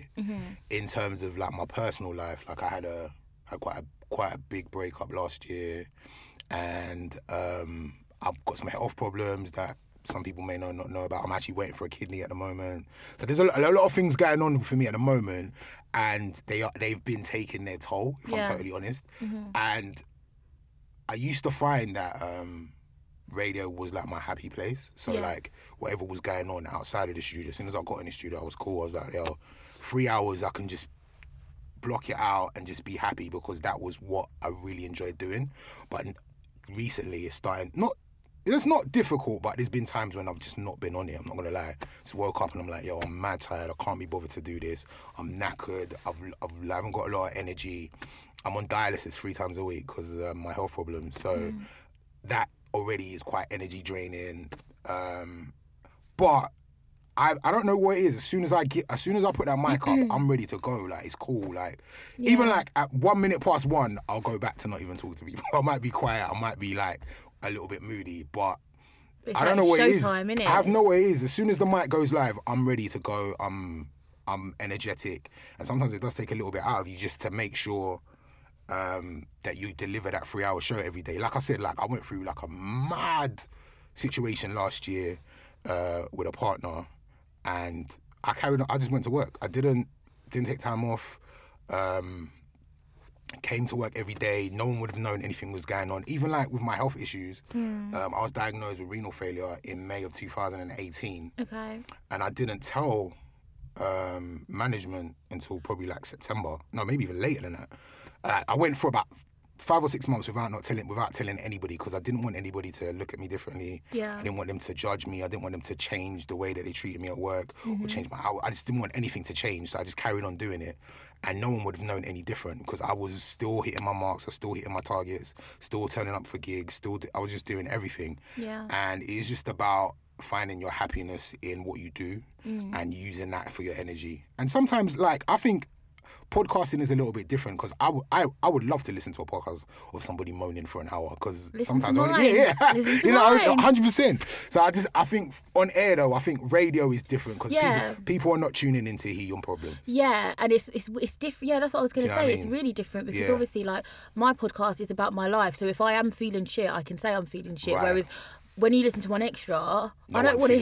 [SPEAKER 1] in terms of like my personal life. Like I had a, had quite a quite a big breakup last year, and um, I've got some health problems that some people may know not know about. I'm actually waiting for a kidney at the moment, so there's a, lo- a lot of things going on for me at the moment, and they are they've been taking their toll. If
[SPEAKER 2] Yeah.
[SPEAKER 1] I'm totally honest, and I used to find that um, radio was like my happy place. So
[SPEAKER 2] Yeah.
[SPEAKER 1] like whatever was going on outside of the studio, as soon as I got in the studio, I was cool. I was like, yo, three hours I can just block it out and just be happy because that was what I really enjoyed doing. But n- recently it's starting not it's not difficult, but there's been times when I've just not been on it. I'm not gonna lie. Just woke up and I'm like, yo, I'm mad tired. I can't be bothered to do this. I'm knackered. I've, I've I haven't got a lot of energy. I'm on dialysis three times a week because of my health problem. So that already is quite energy draining. Um, but I, I don't know what it is. As soon as I get, as soon as I put that mic up, I'm ready to go. Like it's cool. Like even like at one minute past one, I'll go back to not even talk to people. I might be quiet. I might be like a little bit moody, but
[SPEAKER 2] But it's
[SPEAKER 1] I don't
[SPEAKER 2] like
[SPEAKER 1] know what it is.
[SPEAKER 2] showtime, innit?
[SPEAKER 1] I have no way it is. As soon as the mic goes live, I'm ready to go. I'm I'm energetic, and sometimes it does take a little bit out of you just to make sure um, that you deliver that three hour show every day. Like I said, like I went through like a mad situation last year uh, with a partner, and I carried. On, I just went to work. I didn't didn't take time off. Um, came to work every day. No one would have known anything was going on. Even like with my health issues, um, I was diagnosed with renal failure in May of 2018,
[SPEAKER 2] Okay.
[SPEAKER 1] and I didn't tell um, management until probably like September. No, maybe even later than that. Uh, I went for about five or six months without not telling without telling anybody because I didn't want anybody to look at me differently.
[SPEAKER 2] Yeah.
[SPEAKER 1] I didn't want them to judge me. I didn't want them to change the way that they treated me at work
[SPEAKER 2] Mm-hmm.
[SPEAKER 1] or change my hour. I just didn't want anything to change. So I just carried on doing it. And no one would have known any different because I was still hitting my marks, I was still hitting my targets, still turning up for gigs, still do- I was just doing everything.
[SPEAKER 2] Yeah.
[SPEAKER 1] And it's just about finding your happiness in what you do
[SPEAKER 2] Mm.
[SPEAKER 1] and using that for your energy. And sometimes, like, I think podcasting is a little bit different because I would- I- I would love to listen to a podcast of somebody moaning for an hour because
[SPEAKER 2] Listen to
[SPEAKER 1] sometimes I wanna-
[SPEAKER 2] mine.
[SPEAKER 1] yeah, yeah.
[SPEAKER 2] Listen to
[SPEAKER 1] you know,
[SPEAKER 2] mine.
[SPEAKER 1] hundred percent. So I just I think on air though, I think radio is different because
[SPEAKER 2] Yeah.
[SPEAKER 1] people, people are not tuning into He Young Problems.
[SPEAKER 2] Yeah, and it's it's it's different. Yeah, that's what I was gonna
[SPEAKER 1] Do you
[SPEAKER 2] say.
[SPEAKER 1] know what I
[SPEAKER 2] It's
[SPEAKER 1] mean?
[SPEAKER 2] really different because
[SPEAKER 1] Yeah.
[SPEAKER 2] obviously, like my podcast is about my life. So if I am feeling shit, I can say I'm feeling shit.
[SPEAKER 1] Right.
[SPEAKER 2] Whereas when you listen to one extra, I
[SPEAKER 1] one's
[SPEAKER 2] don't want to
[SPEAKER 1] feeling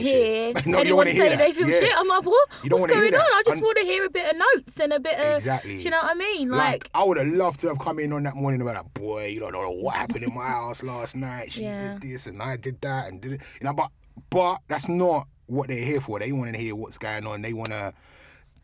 [SPEAKER 1] shit.
[SPEAKER 2] hear
[SPEAKER 1] No, you don't
[SPEAKER 2] anyone
[SPEAKER 1] wanna
[SPEAKER 2] say
[SPEAKER 1] hear that.
[SPEAKER 2] they feel
[SPEAKER 1] Yeah.
[SPEAKER 2] shit. I'm like, what?
[SPEAKER 1] You don't
[SPEAKER 2] What's
[SPEAKER 1] wanna hear
[SPEAKER 2] going on?
[SPEAKER 1] that.
[SPEAKER 2] I just
[SPEAKER 1] And-
[SPEAKER 2] want to hear a bit of notes and a bit of
[SPEAKER 1] Exactly.
[SPEAKER 2] Do you know what I mean?
[SPEAKER 1] Like,
[SPEAKER 2] Like,
[SPEAKER 1] I would have loved to have come in on that morning about like, boy, you don't know what happened in my house last night. She
[SPEAKER 2] Yeah.
[SPEAKER 1] did this and I did that and did it. You know, but but that's not what they're here for. They want to hear what's going on. They want to.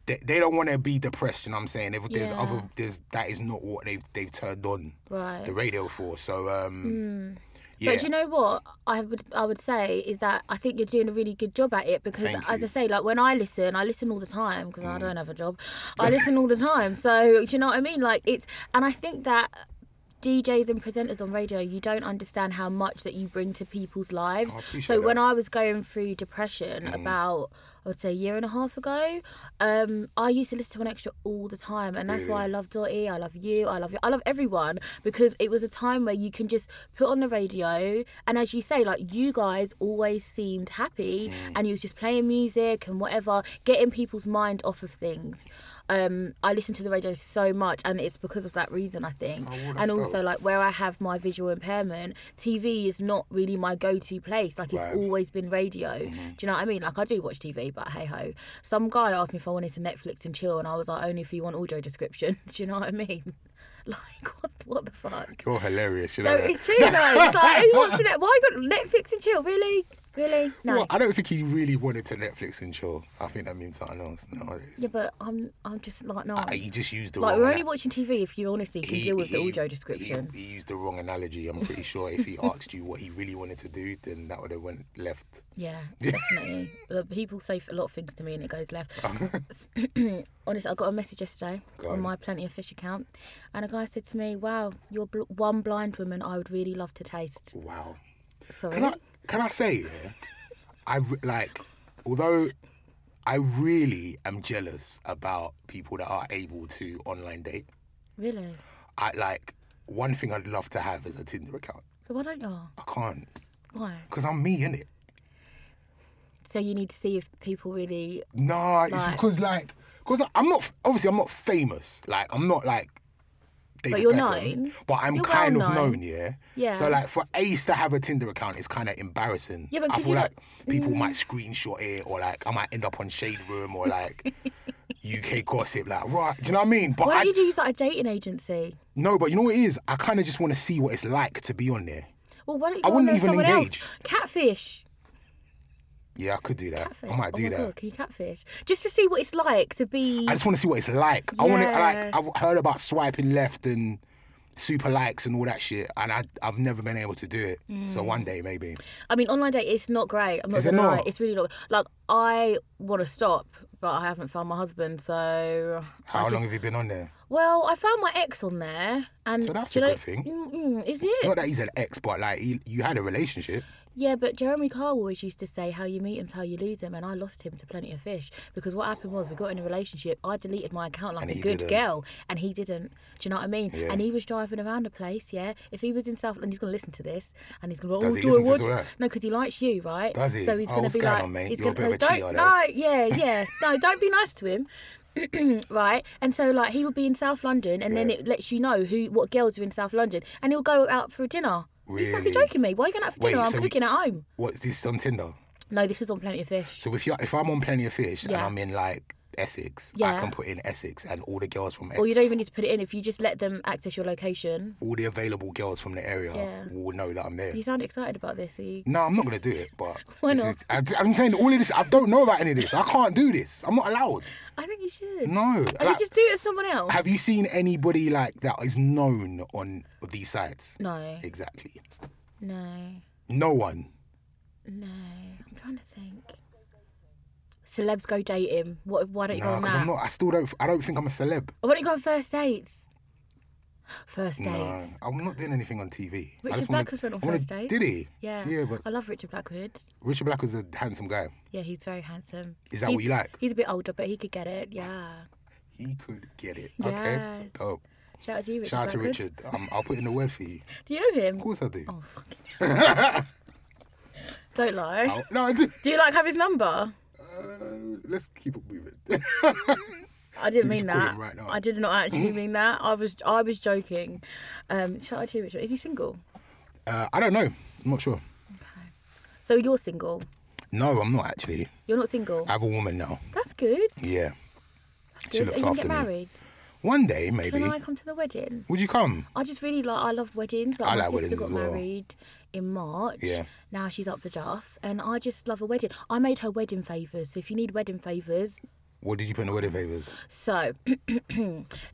[SPEAKER 1] They, they don't want to be depressed. You know what I'm saying? If there's
[SPEAKER 2] Yeah.
[SPEAKER 1] other, there's that is not what they've they've turned on
[SPEAKER 2] right. Hmm.
[SPEAKER 1] the radio for. So um, yeah,
[SPEAKER 2] But do you know what I would I would say is that I think you're doing a really good job at it because
[SPEAKER 1] Thank
[SPEAKER 2] as
[SPEAKER 1] you. Mm.
[SPEAKER 2] I say like when I listen I listen all the time because I don't have a job I listen all the time so do you know what I mean like it's and I think that DJs and presenters on radio you don't understand how much that you bring to people's lives
[SPEAKER 1] I appreciate
[SPEAKER 2] so when
[SPEAKER 1] that.
[SPEAKER 2] I was going through depression about I would say a year and a half ago um I used to listen to an extra all the time and that's why I love Dottie I love you I love you I love everyone because it was a time where you can just put on the radio and as you say like you guys always seemed happy and you was just playing music and whatever getting people's mind off of things um I listen to the radio so much and it's because of that reason I think
[SPEAKER 1] well, that's
[SPEAKER 2] and
[SPEAKER 1] dope.
[SPEAKER 2] also like where I have my visual impairment TV is not really my go-to place like it's
[SPEAKER 1] Right. Mm-hmm.
[SPEAKER 2] always been radio do you know what I mean like I do watch TV but hey ho some guy asked me if I wanted to Netflix and chill and I was like only if you want audio description do you know what I mean like what, what the fuck
[SPEAKER 1] you're hilarious. You
[SPEAKER 2] no
[SPEAKER 1] know. that?
[SPEAKER 2] it's true though it's like who wants to net why you got Netflix and chill really really no
[SPEAKER 1] Well, I don't think he really wanted to Netflix and chill. I think that means something else. No,
[SPEAKER 2] yeah but I'm I'm just like no
[SPEAKER 1] he just used the
[SPEAKER 2] like
[SPEAKER 1] wrong
[SPEAKER 2] we're
[SPEAKER 1] ana-
[SPEAKER 2] only watching TV if you honestly can deal with the
[SPEAKER 1] he-
[SPEAKER 2] audio description
[SPEAKER 1] He, he used the wrong analogy. I'm pretty sure if he asked you what he really wanted to do, then that would have went left.
[SPEAKER 2] Yeah, definitely. Look, people say a lot of things to me and it goes left. Honestly, I got a message yesterday
[SPEAKER 1] Um, Go
[SPEAKER 2] on
[SPEAKER 1] on.
[SPEAKER 2] my Plenty of Fish account, and a guy said to me, "Wow, you're bl- one blind woman I would really love to taste."
[SPEAKER 1] Wow.
[SPEAKER 2] Sorry.
[SPEAKER 1] Can I can I say? Yeah, I re- like although I really am jealous about people that are able to online date.
[SPEAKER 2] Really?
[SPEAKER 1] I like one thing I'd love to have is a Tinder account.
[SPEAKER 2] So why don't you?
[SPEAKER 1] I can't
[SPEAKER 2] Why?
[SPEAKER 1] because I'm me in it.
[SPEAKER 2] So you need to see if people really.
[SPEAKER 1] Nah, it's just
[SPEAKER 2] Right.
[SPEAKER 1] because like, because I'm not obviously I'm not famous. Like I'm not like. David
[SPEAKER 2] you're
[SPEAKER 1] Beckham,
[SPEAKER 2] known.
[SPEAKER 1] But I'm
[SPEAKER 2] You're
[SPEAKER 1] kind
[SPEAKER 2] well
[SPEAKER 1] of
[SPEAKER 2] known.
[SPEAKER 1] known, yeah.
[SPEAKER 2] Yeah.
[SPEAKER 1] So like for Ace to have a Tinder account is kind of embarrassing.
[SPEAKER 2] Yeah, but
[SPEAKER 1] I
[SPEAKER 2] could
[SPEAKER 1] feel
[SPEAKER 2] you Mm.
[SPEAKER 1] like people might screenshot it or like I might end up on Shade Room or like UK gossip. Like right, do you know what I mean? But
[SPEAKER 2] Why
[SPEAKER 1] Oh, I
[SPEAKER 2] don't you use like a dating agency?
[SPEAKER 1] no, but you know what it is. I kind of just want to see what it's like to be on there.
[SPEAKER 2] Well, why don't you?
[SPEAKER 1] I
[SPEAKER 2] go on
[SPEAKER 1] wouldn't
[SPEAKER 2] there
[SPEAKER 1] even
[SPEAKER 2] with someone
[SPEAKER 1] engage.
[SPEAKER 2] Else? Catfish.
[SPEAKER 1] Yeah, I could do that.
[SPEAKER 2] Catfish.
[SPEAKER 1] I might
[SPEAKER 2] Oh
[SPEAKER 1] do
[SPEAKER 2] my
[SPEAKER 1] that.
[SPEAKER 2] God, can you catfish? Just to see what it's like to be.
[SPEAKER 1] I just want to see what it's like. I want to
[SPEAKER 2] Yeah.
[SPEAKER 1] like. I've heard about swiping left and super likes and all that shit, and I I've never been able to do it. So one
[SPEAKER 2] Mm.
[SPEAKER 1] day maybe.
[SPEAKER 2] I mean, online date it's not great. I'm not
[SPEAKER 1] Is it
[SPEAKER 2] gonna lie.
[SPEAKER 1] not?
[SPEAKER 2] It's really not. Like I want to stop, but I haven't found my husband. So
[SPEAKER 1] How
[SPEAKER 2] I
[SPEAKER 1] long
[SPEAKER 2] just-
[SPEAKER 1] have you been on there?
[SPEAKER 2] Well, I found my ex on there, and
[SPEAKER 1] So that's
[SPEAKER 2] do you
[SPEAKER 1] a
[SPEAKER 2] know-
[SPEAKER 1] good thing.
[SPEAKER 2] Mm-mm, is it?
[SPEAKER 1] Not that he's an ex, but like he, you had a relationship.
[SPEAKER 2] Yeah, but Jeremy Carl always used to say, "How you meet him's how you lose him," and I lost him to plenty of fish because what happened was we got in a relationship. I deleted my account like
[SPEAKER 1] And
[SPEAKER 2] a
[SPEAKER 1] he
[SPEAKER 2] good
[SPEAKER 1] didn't.
[SPEAKER 2] girl, and he didn't. Do you know what I mean?
[SPEAKER 1] Yeah.
[SPEAKER 2] And he was driving around the place. Yeah, if he was in South, and he's gonna listen to this, and he's gonna be like, "Oh,
[SPEAKER 1] Does he
[SPEAKER 2] do I
[SPEAKER 1] listen to
[SPEAKER 2] would?"
[SPEAKER 1] this all right?
[SPEAKER 2] No, because he likes you, right?
[SPEAKER 1] Does he?
[SPEAKER 2] So he's
[SPEAKER 1] Oh,
[SPEAKER 2] gonna
[SPEAKER 1] what's
[SPEAKER 2] be
[SPEAKER 1] going
[SPEAKER 2] like,
[SPEAKER 1] on, mate?
[SPEAKER 2] he's
[SPEAKER 1] You're a
[SPEAKER 2] gonna
[SPEAKER 1] bit of a
[SPEAKER 2] no,
[SPEAKER 1] cheater,
[SPEAKER 2] no, yeah, yeah, no, don't be nice to him. right? And so like he would be in South London, and then
[SPEAKER 1] Yeah.
[SPEAKER 2] it lets you know who what girls are in South London, and he'll go out for dinner. He's fucking
[SPEAKER 1] Really?
[SPEAKER 2] joking me. Why are you going out for
[SPEAKER 1] Wait,
[SPEAKER 2] dinner? I'm
[SPEAKER 1] so we-
[SPEAKER 2] cooking at home.
[SPEAKER 1] What's this on Tinder?
[SPEAKER 2] No, this was on Plenty of Fish.
[SPEAKER 1] So if you if I'm on Plenty of Fish and
[SPEAKER 2] Yeah.
[SPEAKER 1] I'm in like Essex,
[SPEAKER 2] Yeah.
[SPEAKER 1] I can put in Essex and all the girls from
[SPEAKER 2] Or
[SPEAKER 1] Essex,
[SPEAKER 2] you don't even need to put it in if you just let them access your location.
[SPEAKER 1] all the available girls from the area
[SPEAKER 2] Yeah.
[SPEAKER 1] will know that I'm there.
[SPEAKER 2] You sound excited about this. Are you...
[SPEAKER 1] No, I'm not gonna do it. But
[SPEAKER 2] Why
[SPEAKER 1] this
[SPEAKER 2] not?
[SPEAKER 1] is- I, I'm saying all of this. I don't know about any of this. I can't do this. I'm not allowed.
[SPEAKER 2] I think you should.
[SPEAKER 1] No.
[SPEAKER 2] Or you
[SPEAKER 1] Like,
[SPEAKER 2] just do it to someone else.
[SPEAKER 1] have you seen anybody like that is known on these sites?
[SPEAKER 2] No,
[SPEAKER 1] Exactly.
[SPEAKER 2] no,
[SPEAKER 1] No one.
[SPEAKER 2] no. I'm trying to think. Celebs go dating. What? Why don't you go
[SPEAKER 1] Nah,
[SPEAKER 2] on
[SPEAKER 1] 'cause
[SPEAKER 2] that?
[SPEAKER 1] I'm not. I still don't. I don't think I'm a celeb.
[SPEAKER 2] Why don't you go on first dates? First dates.
[SPEAKER 1] No, I'm not doing anything on TV. I
[SPEAKER 2] Richard
[SPEAKER 1] just wanna-
[SPEAKER 2] Blackwood went on
[SPEAKER 1] I wanna-
[SPEAKER 2] first date.
[SPEAKER 1] Did he?
[SPEAKER 2] Yeah.
[SPEAKER 1] Yeah, but
[SPEAKER 2] I love Richard Blackwood.
[SPEAKER 1] Richard Black was a handsome guy.
[SPEAKER 2] Yeah, he's very handsome.
[SPEAKER 1] Is that
[SPEAKER 2] He's-
[SPEAKER 1] what you like?
[SPEAKER 2] He's a bit older, but he could get it. Yeah.
[SPEAKER 1] He could get it.
[SPEAKER 2] Yes.
[SPEAKER 1] Okay. Dope.
[SPEAKER 2] Shout out to you, Richard.
[SPEAKER 1] Shout out to
[SPEAKER 2] Blackwood.
[SPEAKER 1] Richard. Um, I'll put in a word for you.
[SPEAKER 2] Do you know him?
[SPEAKER 1] Of course I do.
[SPEAKER 2] Oh, fucking hell. Don't lie.
[SPEAKER 1] I'll- no, I do.
[SPEAKER 2] Do you like have his number?
[SPEAKER 1] Uh, let's keep it moving.
[SPEAKER 2] I didn't
[SPEAKER 1] He was
[SPEAKER 2] mean that.
[SPEAKER 1] calling right now.
[SPEAKER 2] I did not actually mean that. I was I was joking. Um, shout out to you, Richard. Is he single?
[SPEAKER 1] uh, I don't know. I'm not sure.
[SPEAKER 2] So you're single.
[SPEAKER 1] No, I'm not actually.
[SPEAKER 2] You're not single.
[SPEAKER 1] I have a woman now.
[SPEAKER 2] That's good.
[SPEAKER 1] Yeah.
[SPEAKER 2] That's
[SPEAKER 1] Ah. She
[SPEAKER 2] good.
[SPEAKER 1] looks
[SPEAKER 2] Are you gonna get
[SPEAKER 1] after me.
[SPEAKER 2] married?
[SPEAKER 1] One day, maybe.
[SPEAKER 2] Can I come to the wedding?
[SPEAKER 1] Would you come?
[SPEAKER 2] I just really like I love weddings. Like
[SPEAKER 1] I
[SPEAKER 2] my
[SPEAKER 1] like
[SPEAKER 2] sister
[SPEAKER 1] weddings
[SPEAKER 2] got
[SPEAKER 1] as well.
[SPEAKER 2] married in March.
[SPEAKER 1] Yeah.
[SPEAKER 2] Now she's up the duff, and I just love a wedding. I made her wedding favors. So if you need wedding favors,
[SPEAKER 1] What did you put in the wedding favors?
[SPEAKER 2] so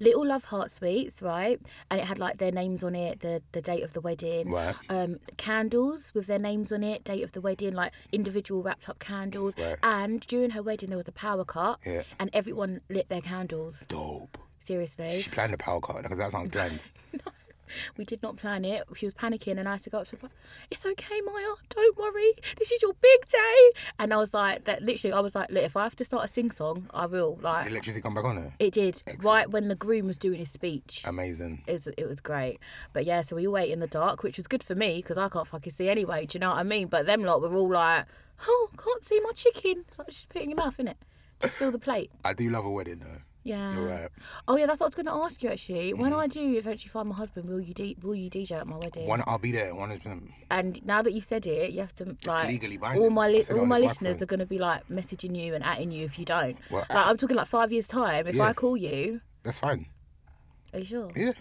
[SPEAKER 2] little love heart sweets, right? And it had like their names on it, the the date of the wedding.
[SPEAKER 1] Right.
[SPEAKER 2] Um, candles with their names on it, date of the wedding, like individual wrapped up candles.
[SPEAKER 1] Right.
[SPEAKER 2] And during her wedding, there was a power cut,
[SPEAKER 1] Yeah.
[SPEAKER 2] and everyone lit their candles.
[SPEAKER 1] Dope.
[SPEAKER 2] Seriously,
[SPEAKER 1] She planned a power card because that sounds planned.
[SPEAKER 2] We did not plan it. She was panicking, and I had to go up to her. It's okay, Maya. Don't worry. This is your big day. And I was like, that literally. I was like, look, if I have to start a sing song, I will.
[SPEAKER 1] the
[SPEAKER 2] Like,
[SPEAKER 1] electricity come back on her.
[SPEAKER 2] it did right when the groom was doing his speech.
[SPEAKER 1] Amazing.
[SPEAKER 2] It was, it was great, but yeah. So we all wait in the dark, which was good for me because I can't fucking see anyway. Do you know what I mean? But them lot were all like, oh, can't see my chicken. It's Like, just put it in your mouth, innit? Just fill the plate.
[SPEAKER 1] I do love a wedding though.
[SPEAKER 2] Yeah.
[SPEAKER 1] You're right. Mm.
[SPEAKER 2] Oh yeah, that's what I was going to ask you actually. When I do eventually find my husband, will you de- will you DJ at my wedding?
[SPEAKER 1] One, I'll be there. One is mm,
[SPEAKER 2] And now that you've said it, you have to like
[SPEAKER 1] legally
[SPEAKER 2] all
[SPEAKER 1] binding.
[SPEAKER 2] my
[SPEAKER 1] I've
[SPEAKER 2] li-
[SPEAKER 1] said it
[SPEAKER 2] all
[SPEAKER 1] on
[SPEAKER 2] my
[SPEAKER 1] this
[SPEAKER 2] listeners
[SPEAKER 1] microphone.
[SPEAKER 2] are going to be like messaging you and atting you if you don't.
[SPEAKER 1] Well,
[SPEAKER 2] like, I'm talking like five years time. If
[SPEAKER 1] Yeah.
[SPEAKER 2] I call you,
[SPEAKER 1] That's fine.
[SPEAKER 2] are you sure?
[SPEAKER 1] Yeah.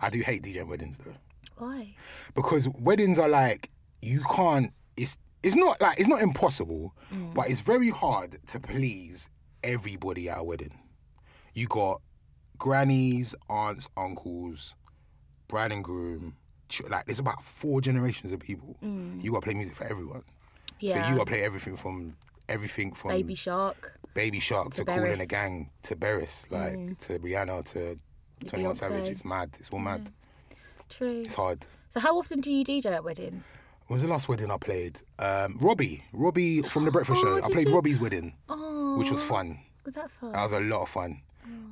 [SPEAKER 1] I do hate DJ weddings though.
[SPEAKER 2] Why?
[SPEAKER 1] because weddings are like you can't it's it's not like it's not impossible
[SPEAKER 2] Mm.
[SPEAKER 1] but it's very hard to please everybody at a wedding you got grannies aunts uncles bride and groom ch- like there's about four generations of people you gotta play music for everyone so
[SPEAKER 2] Mm. Yeah.
[SPEAKER 1] you gotta play everything from everything from
[SPEAKER 2] Baby
[SPEAKER 1] baby,
[SPEAKER 2] Shark,
[SPEAKER 1] shark to, cool in
[SPEAKER 2] Beres. Mm.
[SPEAKER 1] the gang to Beres like to rihanna to 21 savage
[SPEAKER 2] Beyonce. Mm.
[SPEAKER 1] it's mad it's all mad
[SPEAKER 2] true.
[SPEAKER 1] it's hard
[SPEAKER 2] So how often do you DJ at weddings?
[SPEAKER 1] When was the last wedding I played? Um, Robbie, Robbie from the Breakfast
[SPEAKER 2] Oh,
[SPEAKER 1] Show. I
[SPEAKER 2] did
[SPEAKER 1] played
[SPEAKER 2] you?
[SPEAKER 1] Robbie's wedding,
[SPEAKER 2] Oh,
[SPEAKER 1] which was fun.
[SPEAKER 2] was that fun?
[SPEAKER 1] That was a lot of fun.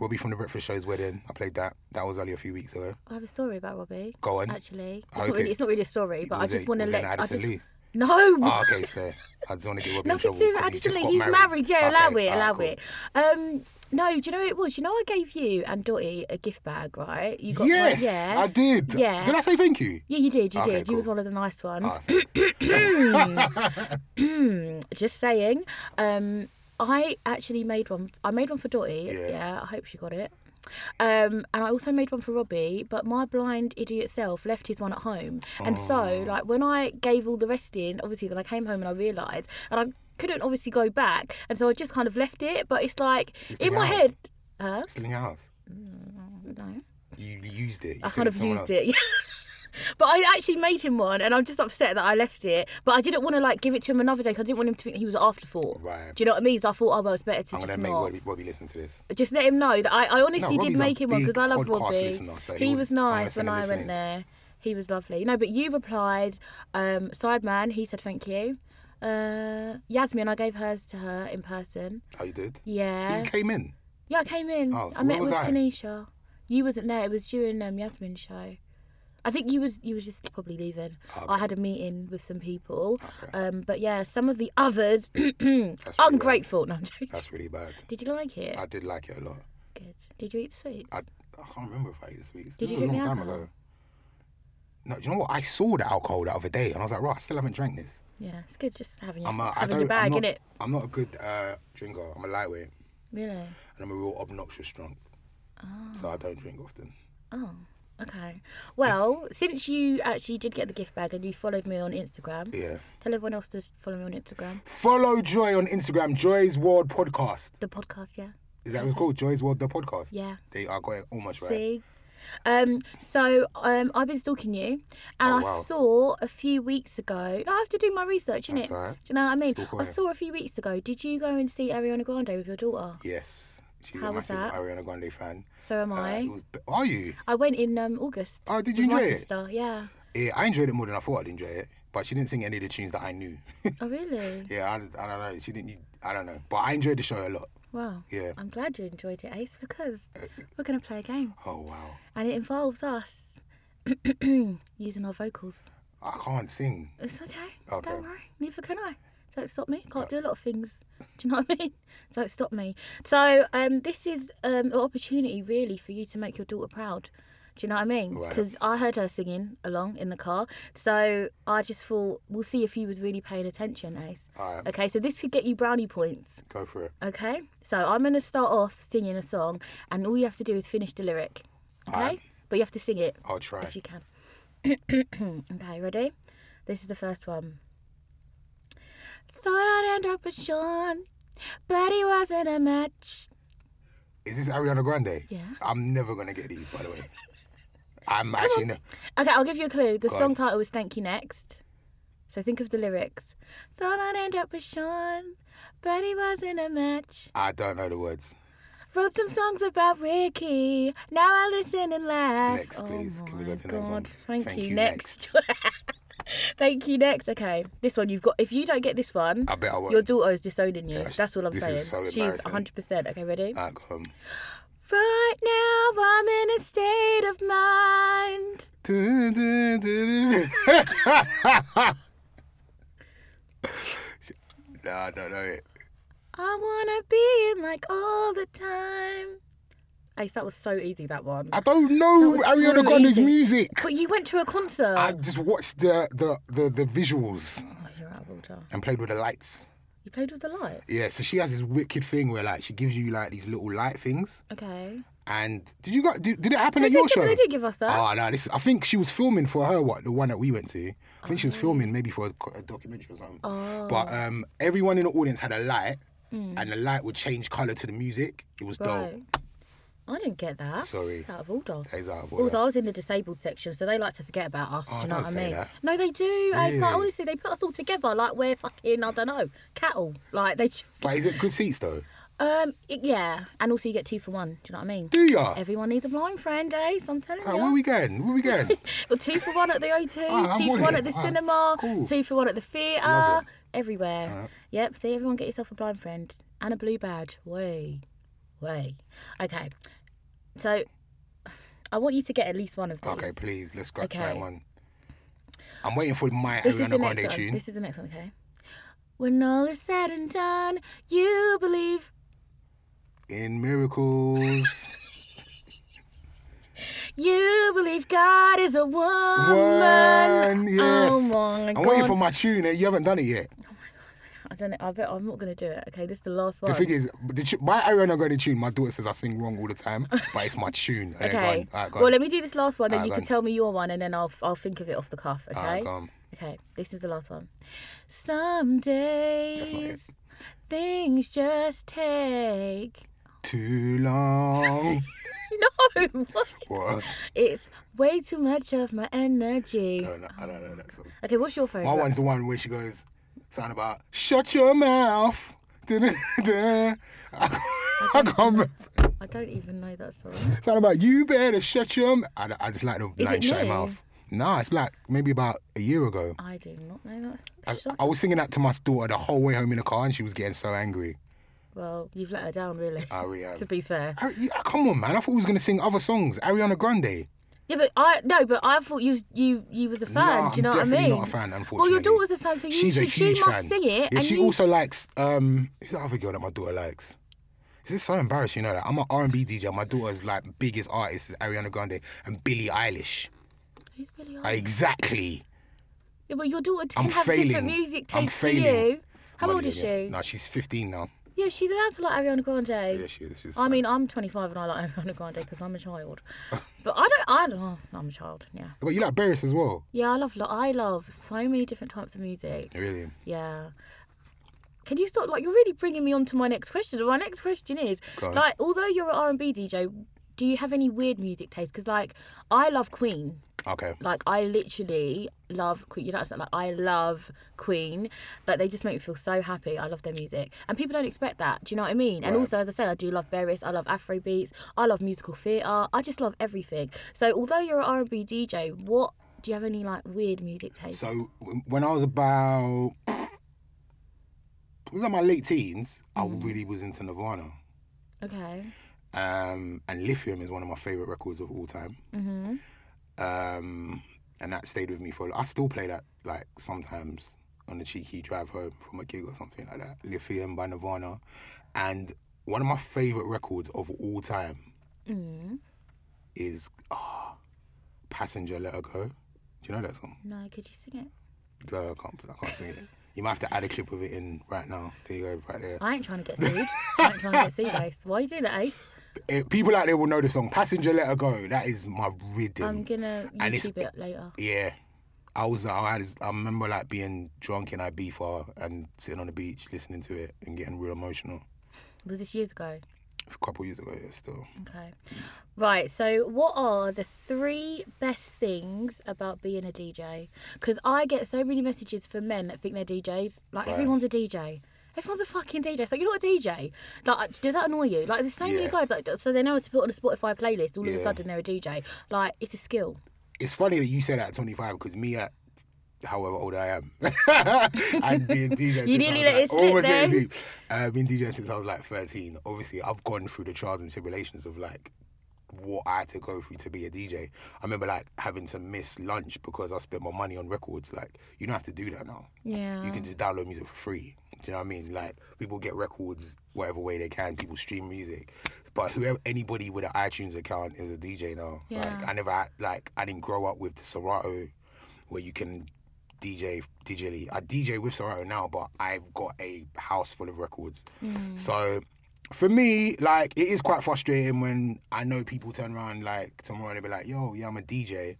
[SPEAKER 1] Robbie from the Breakfast Show's wedding. I played that. That was only a few weeks ago.
[SPEAKER 2] I have a story about Robbie.
[SPEAKER 1] Go on.
[SPEAKER 2] Actually, it's
[SPEAKER 1] I
[SPEAKER 2] not,
[SPEAKER 1] hope
[SPEAKER 2] really,
[SPEAKER 1] it-
[SPEAKER 2] it's not really a story, but I
[SPEAKER 1] was
[SPEAKER 2] just
[SPEAKER 1] it-
[SPEAKER 2] want to
[SPEAKER 1] was it
[SPEAKER 2] let.
[SPEAKER 1] in
[SPEAKER 2] I
[SPEAKER 1] Addison
[SPEAKER 2] just,
[SPEAKER 1] Lee?
[SPEAKER 2] no.
[SPEAKER 1] Ah, okay, so I just want to give Robbie
[SPEAKER 2] Nothing
[SPEAKER 1] in trouble
[SPEAKER 2] to do with
[SPEAKER 1] 'cause he
[SPEAKER 2] Addison
[SPEAKER 1] just
[SPEAKER 2] Lee.
[SPEAKER 1] got
[SPEAKER 2] He's married. Yeah, allow
[SPEAKER 1] Okay, ah,
[SPEAKER 2] it, allow
[SPEAKER 1] alright,
[SPEAKER 2] it. Um, no, do you know what it was? You know, I gave you and Dotty a gift bag, right? You
[SPEAKER 1] cool.
[SPEAKER 2] one-
[SPEAKER 1] Yes,
[SPEAKER 2] yeah.
[SPEAKER 1] I did.
[SPEAKER 2] Yeah.
[SPEAKER 1] Did I say thank you?
[SPEAKER 2] Yeah, you did. You
[SPEAKER 1] Okay,
[SPEAKER 2] did. You was
[SPEAKER 1] cool.
[SPEAKER 2] one of the nice ones.
[SPEAKER 1] Ah, thanks.
[SPEAKER 2] Just saying. Um, I actually made one. I made one for Dotty.
[SPEAKER 1] Yeah.
[SPEAKER 2] I hope she got it. Um, and I also made one for Robbie, but my blind idiot self left his one at home. And
[SPEAKER 1] Oh.
[SPEAKER 2] so, like, when I gave all the rest in, obviously, then I came home and I realised, and I couldn't obviously go back. And so I just kind of left it, but it's like,
[SPEAKER 1] Just
[SPEAKER 2] in
[SPEAKER 1] in
[SPEAKER 2] my
[SPEAKER 1] the house.
[SPEAKER 2] head, huh?
[SPEAKER 1] Still in your house.
[SPEAKER 2] No.
[SPEAKER 1] You used it. You
[SPEAKER 2] I
[SPEAKER 1] sent
[SPEAKER 2] kind
[SPEAKER 1] it
[SPEAKER 2] of
[SPEAKER 1] to someone
[SPEAKER 2] used
[SPEAKER 1] else.
[SPEAKER 2] it. But I actually made him one, and I'm just upset that I left it. But I didn't want to like give it to him another day. 'cause I didn't want him to think he was an afterthought.
[SPEAKER 1] Right.
[SPEAKER 2] Do you know what I mean? So I thought, oh well, it's better to
[SPEAKER 1] I'm
[SPEAKER 2] just
[SPEAKER 1] gonna make
[SPEAKER 2] not.
[SPEAKER 1] Robbie, Robbie listen to this.
[SPEAKER 2] Just let him know that I, I honestly
[SPEAKER 1] No,
[SPEAKER 2] did
[SPEAKER 1] Robbie's a
[SPEAKER 2] make him one
[SPEAKER 1] big
[SPEAKER 2] because I love
[SPEAKER 1] podcast
[SPEAKER 2] Robbie.
[SPEAKER 1] listener, so
[SPEAKER 2] he
[SPEAKER 1] he'll-
[SPEAKER 2] was
[SPEAKER 1] I'm gonna
[SPEAKER 2] nice when
[SPEAKER 1] send him
[SPEAKER 2] I
[SPEAKER 1] this
[SPEAKER 2] went
[SPEAKER 1] link.
[SPEAKER 2] there. He was lovely. No, but you replied, um, Sideman, he said thank you. Uh, Yasmin, I gave hers to her in person.
[SPEAKER 1] Oh, you did? So
[SPEAKER 2] Yeah.
[SPEAKER 1] you came in.
[SPEAKER 2] Yeah, I came in.
[SPEAKER 1] Oh, so
[SPEAKER 2] I
[SPEAKER 1] where
[SPEAKER 2] met
[SPEAKER 1] was
[SPEAKER 2] with
[SPEAKER 1] I?
[SPEAKER 2] Tanisha. You wasn't there. It was during um, Yasmin's show. I think you was you was just probably leaving. I had a meeting with some people. Um, but yeah, some of the others ungrateful. No, I'm joking.
[SPEAKER 1] That's really bad.
[SPEAKER 2] Did you like it?
[SPEAKER 1] Uh, I did like it a lot.
[SPEAKER 2] Good. Did you eat sweet?
[SPEAKER 1] I, I can't remember if I ate this week.
[SPEAKER 2] Did
[SPEAKER 1] this
[SPEAKER 2] you
[SPEAKER 1] was a
[SPEAKER 2] drink
[SPEAKER 1] long
[SPEAKER 2] the
[SPEAKER 1] time
[SPEAKER 2] alcohol?
[SPEAKER 1] ago. No, do you know what? I saw the alcohol the other day and I was like, right, I still haven't drank this.
[SPEAKER 2] Yeah, it's good just having your,
[SPEAKER 1] I'm a, I
[SPEAKER 2] having
[SPEAKER 1] don't,
[SPEAKER 2] your bag
[SPEAKER 1] I'm
[SPEAKER 2] in
[SPEAKER 1] not,
[SPEAKER 2] it.
[SPEAKER 1] I'm not a good uh, drinker. I'm a lightweight
[SPEAKER 2] Really?
[SPEAKER 1] and I'm a real obnoxious drunk.
[SPEAKER 2] Ah.
[SPEAKER 1] So I don't drink often.
[SPEAKER 2] Oh, okay. Well, since you actually did get the gift bag and you followed me on Instagram,
[SPEAKER 1] Yeah.
[SPEAKER 2] tell everyone else to follow me on Instagram.
[SPEAKER 1] Follow Joy on Instagram, Joy's World Podcast.
[SPEAKER 2] The podcast, yeah.
[SPEAKER 1] Is that what it's called? Joy's World, the podcast?
[SPEAKER 2] Yeah.
[SPEAKER 1] They are going almost right.
[SPEAKER 2] See? Um, so um, I've been stalking you, and
[SPEAKER 1] Oh,
[SPEAKER 2] I
[SPEAKER 1] wow.
[SPEAKER 2] saw a few weeks ago. I have to do my research, innit?
[SPEAKER 1] That's all right.
[SPEAKER 2] Do you know what I mean?
[SPEAKER 1] Stalk
[SPEAKER 2] I
[SPEAKER 1] away.
[SPEAKER 2] saw a few weeks ago. Did you go and see Ariana Grande with your daughter?
[SPEAKER 1] Yes. She's
[SPEAKER 2] How
[SPEAKER 1] a
[SPEAKER 2] was
[SPEAKER 1] massive
[SPEAKER 2] that?
[SPEAKER 1] Ariana Grande fan.
[SPEAKER 2] So am
[SPEAKER 1] Uh,
[SPEAKER 2] I.
[SPEAKER 1] it was b- are you?
[SPEAKER 2] I went in um, August.
[SPEAKER 1] Oh, did you
[SPEAKER 2] with my
[SPEAKER 1] enjoy it?
[SPEAKER 2] sister, Yeah.
[SPEAKER 1] Yeah, I enjoyed it more than I thought I'd enjoy it. But she didn't sing any of the tunes that I knew.
[SPEAKER 2] Oh really?
[SPEAKER 1] yeah, I, just- I don't know. She didn't. I don't know. But I enjoyed the show a lot.
[SPEAKER 2] Wow.
[SPEAKER 1] Yeah. Uh,
[SPEAKER 2] I'm glad you enjoyed it, Ace, because we're gonna play a game,
[SPEAKER 1] Oh wow.
[SPEAKER 2] and it involves us using our vocals.
[SPEAKER 1] I can't sing.
[SPEAKER 2] It's okay.
[SPEAKER 1] Okay.
[SPEAKER 2] Don't worry. Neither can I. Don't stop me. Can't do a lot of things. Do you know what I mean? Don't stop me. So um, this is um, an opportunity really for you to make your daughter proud. Do you know what I mean?
[SPEAKER 1] Right.
[SPEAKER 2] Because I heard her singing along in the car, so I just thought we'll see if you was really paying attention, Ace.
[SPEAKER 1] All right,
[SPEAKER 2] Okay, so this could get you brownie points.
[SPEAKER 1] go for it.
[SPEAKER 2] Okay, so I'm gonna start off singing a song, and all you have to do is finish the lyric. Okay,
[SPEAKER 1] Alright.
[SPEAKER 2] but you have to sing it
[SPEAKER 1] I'll try.
[SPEAKER 2] if you can. okay, ready? This is the first one. Thought I'd end up with Sean, but he wasn't a match.
[SPEAKER 1] Is this Ariana Grande?
[SPEAKER 2] Yeah.
[SPEAKER 1] I'm never gonna get these, by the way. I'm actually. Ne-
[SPEAKER 2] Okay, I'll give you a clue. The
[SPEAKER 1] Go
[SPEAKER 2] song title is Thank You Next. So think of the lyrics. Thought I'd end up with Sean, but he wasn't a match.
[SPEAKER 1] I don't know the words.
[SPEAKER 2] Wrote some songs about Ricky. Now I listen and laugh. Oh
[SPEAKER 1] Next, please. Can we go
[SPEAKER 2] my
[SPEAKER 1] to the next one?
[SPEAKER 2] God. Thank,
[SPEAKER 1] Thank
[SPEAKER 2] you.
[SPEAKER 1] you,
[SPEAKER 2] Next. Thank you. Next. Okay. This one you've got. If you don't get this one,
[SPEAKER 1] I bet I won't.
[SPEAKER 2] your daughter is disowning you.
[SPEAKER 1] Yeah,
[SPEAKER 2] That's all I'm
[SPEAKER 1] this
[SPEAKER 2] saying.
[SPEAKER 1] is so
[SPEAKER 2] She's
[SPEAKER 1] embarrassing. Uh.
[SPEAKER 2] 100%. Okay, ready?
[SPEAKER 1] All right, go on.
[SPEAKER 2] Right now, I'm in a state of mind.
[SPEAKER 1] nah, I don't know it.
[SPEAKER 2] I wanna be in like all the time. Ace, that was so easy. That one.
[SPEAKER 1] I don't know
[SPEAKER 2] was
[SPEAKER 1] Ariana
[SPEAKER 2] so
[SPEAKER 1] Grande's
[SPEAKER 2] easy.
[SPEAKER 1] music.
[SPEAKER 2] But you went to a concert.
[SPEAKER 1] I just watched the, the, the, the visuals
[SPEAKER 2] Oh, you're out of order.
[SPEAKER 1] and played with the lights.
[SPEAKER 2] You played with the light.
[SPEAKER 1] Yeah, so she has this wicked thing where like she gives you like these little light things.
[SPEAKER 2] Okay.
[SPEAKER 1] And did you go? Did, did it happen
[SPEAKER 2] They
[SPEAKER 1] at
[SPEAKER 2] do,
[SPEAKER 1] your
[SPEAKER 2] give,
[SPEAKER 1] show?
[SPEAKER 2] they do give us that.
[SPEAKER 1] Oh no! This I think she was filming for her what the one that we went to. I think she
[SPEAKER 2] Oh.
[SPEAKER 1] was filming maybe for a, co- a documentary or something. But um, everyone in the audience had a light, and the light would change color to the music. It was
[SPEAKER 2] Mm. Right.
[SPEAKER 1] dope.
[SPEAKER 2] I didn't get that.
[SPEAKER 1] Sorry.
[SPEAKER 2] It's out of order.
[SPEAKER 1] That is out of order.
[SPEAKER 2] Also, I was in the disabled section, so they like to forget about us. do you know
[SPEAKER 1] don't
[SPEAKER 2] what I
[SPEAKER 1] Oh, say
[SPEAKER 2] mean?
[SPEAKER 1] that.
[SPEAKER 2] No, they do. And It's like
[SPEAKER 1] Really?
[SPEAKER 2] honestly, they put us all together like we're fucking I don't know cattle. Like they just
[SPEAKER 1] But is it good seats though?
[SPEAKER 2] um y- yeah. And also, you get two for one. Do you know what I mean?
[SPEAKER 1] Do ya?
[SPEAKER 2] Everyone needs a blind friend, eh? So I'm telling
[SPEAKER 1] Ah,
[SPEAKER 2] you.
[SPEAKER 1] where we going? Where we going?
[SPEAKER 2] Well, two for one at the O2,
[SPEAKER 1] Ah, I'm
[SPEAKER 2] two
[SPEAKER 1] on
[SPEAKER 2] for one
[SPEAKER 1] it.
[SPEAKER 2] at the
[SPEAKER 1] Ah,
[SPEAKER 2] cinema,
[SPEAKER 1] cool.
[SPEAKER 2] two for one at the theatre,
[SPEAKER 1] Love it.
[SPEAKER 2] everywhere. Yep, see, everyone get yourself a blind friend and a blue badge. Way, way. Okay, so I want you to get at least one of these.
[SPEAKER 1] okay, please let's go try
[SPEAKER 2] Okay.
[SPEAKER 1] one. I'm waiting for my
[SPEAKER 2] This is the
[SPEAKER 1] Ariana Grande
[SPEAKER 2] next one.
[SPEAKER 1] tune.
[SPEAKER 2] This is the next one, okay? When all is said and done, you believe
[SPEAKER 1] In miracles,
[SPEAKER 2] You believe God is a woman.
[SPEAKER 1] one yes.
[SPEAKER 2] Oh my
[SPEAKER 1] I'm
[SPEAKER 2] god.
[SPEAKER 1] waiting for my tune. eh? You haven't done it yet.
[SPEAKER 2] I don't know. I bet I'm not gonna do it. Okay, this is the last one.
[SPEAKER 1] The thing is, the tu- my Ariana Grande tune, my daughter says I sing wrong all the time, but it's my tune. And then go
[SPEAKER 2] Okay.
[SPEAKER 1] on. All right, go
[SPEAKER 2] well,
[SPEAKER 1] on.
[SPEAKER 2] let me do this last one, then
[SPEAKER 1] Alright,
[SPEAKER 2] you
[SPEAKER 1] go
[SPEAKER 2] can
[SPEAKER 1] on.
[SPEAKER 2] tell me your one, and then I'll I'll think of it off the cuff. Okay.
[SPEAKER 1] Alright, go on.
[SPEAKER 2] Okay. This is the last one. Some days things just take.
[SPEAKER 1] Too long.
[SPEAKER 2] No, what?
[SPEAKER 1] what?
[SPEAKER 2] it's way too much of my energy.
[SPEAKER 1] No, no, I don't know that song.
[SPEAKER 2] Okay, what's your
[SPEAKER 1] My
[SPEAKER 2] favourite?
[SPEAKER 1] one's the one where she goes, something about, shut your mouth. Da-da-da. I can't remember.
[SPEAKER 2] I don't even know that song.
[SPEAKER 1] Something about, you better shut your mouth. I, I just like the line, shut
[SPEAKER 2] it
[SPEAKER 1] your
[SPEAKER 2] new?
[SPEAKER 1] mouth. Nah, it's like maybe about a year ago.
[SPEAKER 2] I do not know that.
[SPEAKER 1] I,
[SPEAKER 2] Shock.
[SPEAKER 1] I was singing that to my daughter the whole way home in the car, and she was getting so angry.
[SPEAKER 2] Well, you've let her down, really.
[SPEAKER 1] I really have.
[SPEAKER 2] to be fair.
[SPEAKER 1] Ari- yeah, come on, man! I thought we was gonna sing other songs. Ariana Grande.
[SPEAKER 2] Yeah, but I no, but I thought you you you was a fan.
[SPEAKER 1] Nah,
[SPEAKER 2] do you know
[SPEAKER 1] I'm
[SPEAKER 2] what I mean?
[SPEAKER 1] definitely not a fan,
[SPEAKER 2] Well, your
[SPEAKER 1] unfortunately.
[SPEAKER 2] daughter's a fan, so you
[SPEAKER 1] She's a
[SPEAKER 2] should,
[SPEAKER 1] huge
[SPEAKER 2] she must
[SPEAKER 1] fan.
[SPEAKER 2] sing it.
[SPEAKER 1] Yeah,
[SPEAKER 2] and
[SPEAKER 1] she
[SPEAKER 2] you,
[SPEAKER 1] also likes. Um, who's the other girl that my daughter likes? This is so embarrassing, you know. That I'm an R&B DJ. My daughter's like biggest artist is Ariana Grande and Billie Eilish.
[SPEAKER 2] Who's Billie Eilish?
[SPEAKER 1] Uh, exactly.
[SPEAKER 2] Yeah, but your daughter can
[SPEAKER 1] I'm
[SPEAKER 2] have different
[SPEAKER 1] failing.
[SPEAKER 2] music
[SPEAKER 1] I'm
[SPEAKER 2] taste to
[SPEAKER 1] failing.
[SPEAKER 2] you. How old is she?
[SPEAKER 1] No, she's 15 now.
[SPEAKER 2] Yeah, she's allowed to like Ariana Grande.
[SPEAKER 1] Yeah, she is. She's
[SPEAKER 2] I mean, I'm 25 and I like Ariana Grande because I'm a child. but I don't, I don't, oh, I'm a child, yeah.
[SPEAKER 1] But you like Barris as well.
[SPEAKER 2] Yeah, I love, lo- I love so many different types of music.
[SPEAKER 1] Really?
[SPEAKER 2] Yeah. Can you stop? Like, you're really bringing me on to my next question. My next question is,
[SPEAKER 1] Go on.
[SPEAKER 2] like, although you're an R&B DJ, do you have any weird music taste? Because, like, I love Queen.
[SPEAKER 1] Okay.
[SPEAKER 2] Like, I literally love Queen. You know, it's like I love Queen. Like, they just make me feel so happy. I love their music, and people don't expect that. Do you know what I mean? And also, as I say, I do love Beres. I love Afro beats. I love musical theatre. I just love everything. So, although you're an R&B DJ, what do you have any like weird music taste?
[SPEAKER 1] So w- when I was about, it was like my late teens, I really was into Nirvana.
[SPEAKER 2] okay.
[SPEAKER 1] Um, and Lithium is one of my favorite records of all time.
[SPEAKER 2] Mhm.
[SPEAKER 1] Um, and that stayed with me for. I still play that like sometimes on a cheeky drive home from a gig or something like that. Lithium by Nirvana, and one of my favorite records of all time
[SPEAKER 2] Mm.
[SPEAKER 1] is ah, Passenger Let Her Go. Do you know that song?
[SPEAKER 2] No, could you sing it?
[SPEAKER 1] No, I can't. I can't sing it. You might have to add a clip of it in right now. There you go, right there.
[SPEAKER 2] I ain't trying to get sued. I ain't trying to get sued, Ace. Why are you doing that, Ace?
[SPEAKER 1] Eh, people out there will know the song "Passenger Let Her Go." That is my rhythm.
[SPEAKER 2] I'm gonna
[SPEAKER 1] And it's-
[SPEAKER 2] YouTube it later.
[SPEAKER 1] Yeah. I was I had I remember like being drunk in Ibiza and sitting on the beach listening to it and getting real emotional.
[SPEAKER 2] Was this years ago?
[SPEAKER 1] A couple years ago, yeah, still.
[SPEAKER 2] Okay. Right, so what are the three best things about being a DJ? Because I get so many messages from men that think they're DJs. Like, everyone's a DJ. Everyone's a fucking DJ. It's like, you're not a DJ. Like, does that annoy you? Like, there's so many
[SPEAKER 1] Yeah.
[SPEAKER 2] guys, like, so they know how to put on a Spotify playlist. All of a
[SPEAKER 1] Yeah.
[SPEAKER 2] sudden, they're a DJ. Like, it's a skill.
[SPEAKER 1] It's funny that you said that at 25 because me at however old I am, I've been DJ.
[SPEAKER 2] You
[SPEAKER 1] since I
[SPEAKER 2] nearly
[SPEAKER 1] was,
[SPEAKER 2] let
[SPEAKER 1] like-
[SPEAKER 2] it slip
[SPEAKER 1] almost let it
[SPEAKER 2] then.
[SPEAKER 1] Uh, slip. I've been DJing since I was like 13. Obviously, I've gone through the trials and tribulations of like what I had to go through to be a DJ. I remember like having to miss lunch because I spent my money on records. Like you don't have to do that now.
[SPEAKER 2] Yeah.
[SPEAKER 1] you can just download music for free. Do you know what I mean? Like people get records whatever way they can. People stream music, but whoever anybody with an iTunes account is a DJ now.
[SPEAKER 2] Yeah.
[SPEAKER 1] Like I never had, like I didn't grow up with the Serato, where you can DJ digitally. I DJ with Serato now, but I've got a house full of records.
[SPEAKER 2] Mm.
[SPEAKER 1] So for me, like it is quite frustrating when I know people turn around like tomorrow and they be like, "Yo, yeah, I'm a DJ."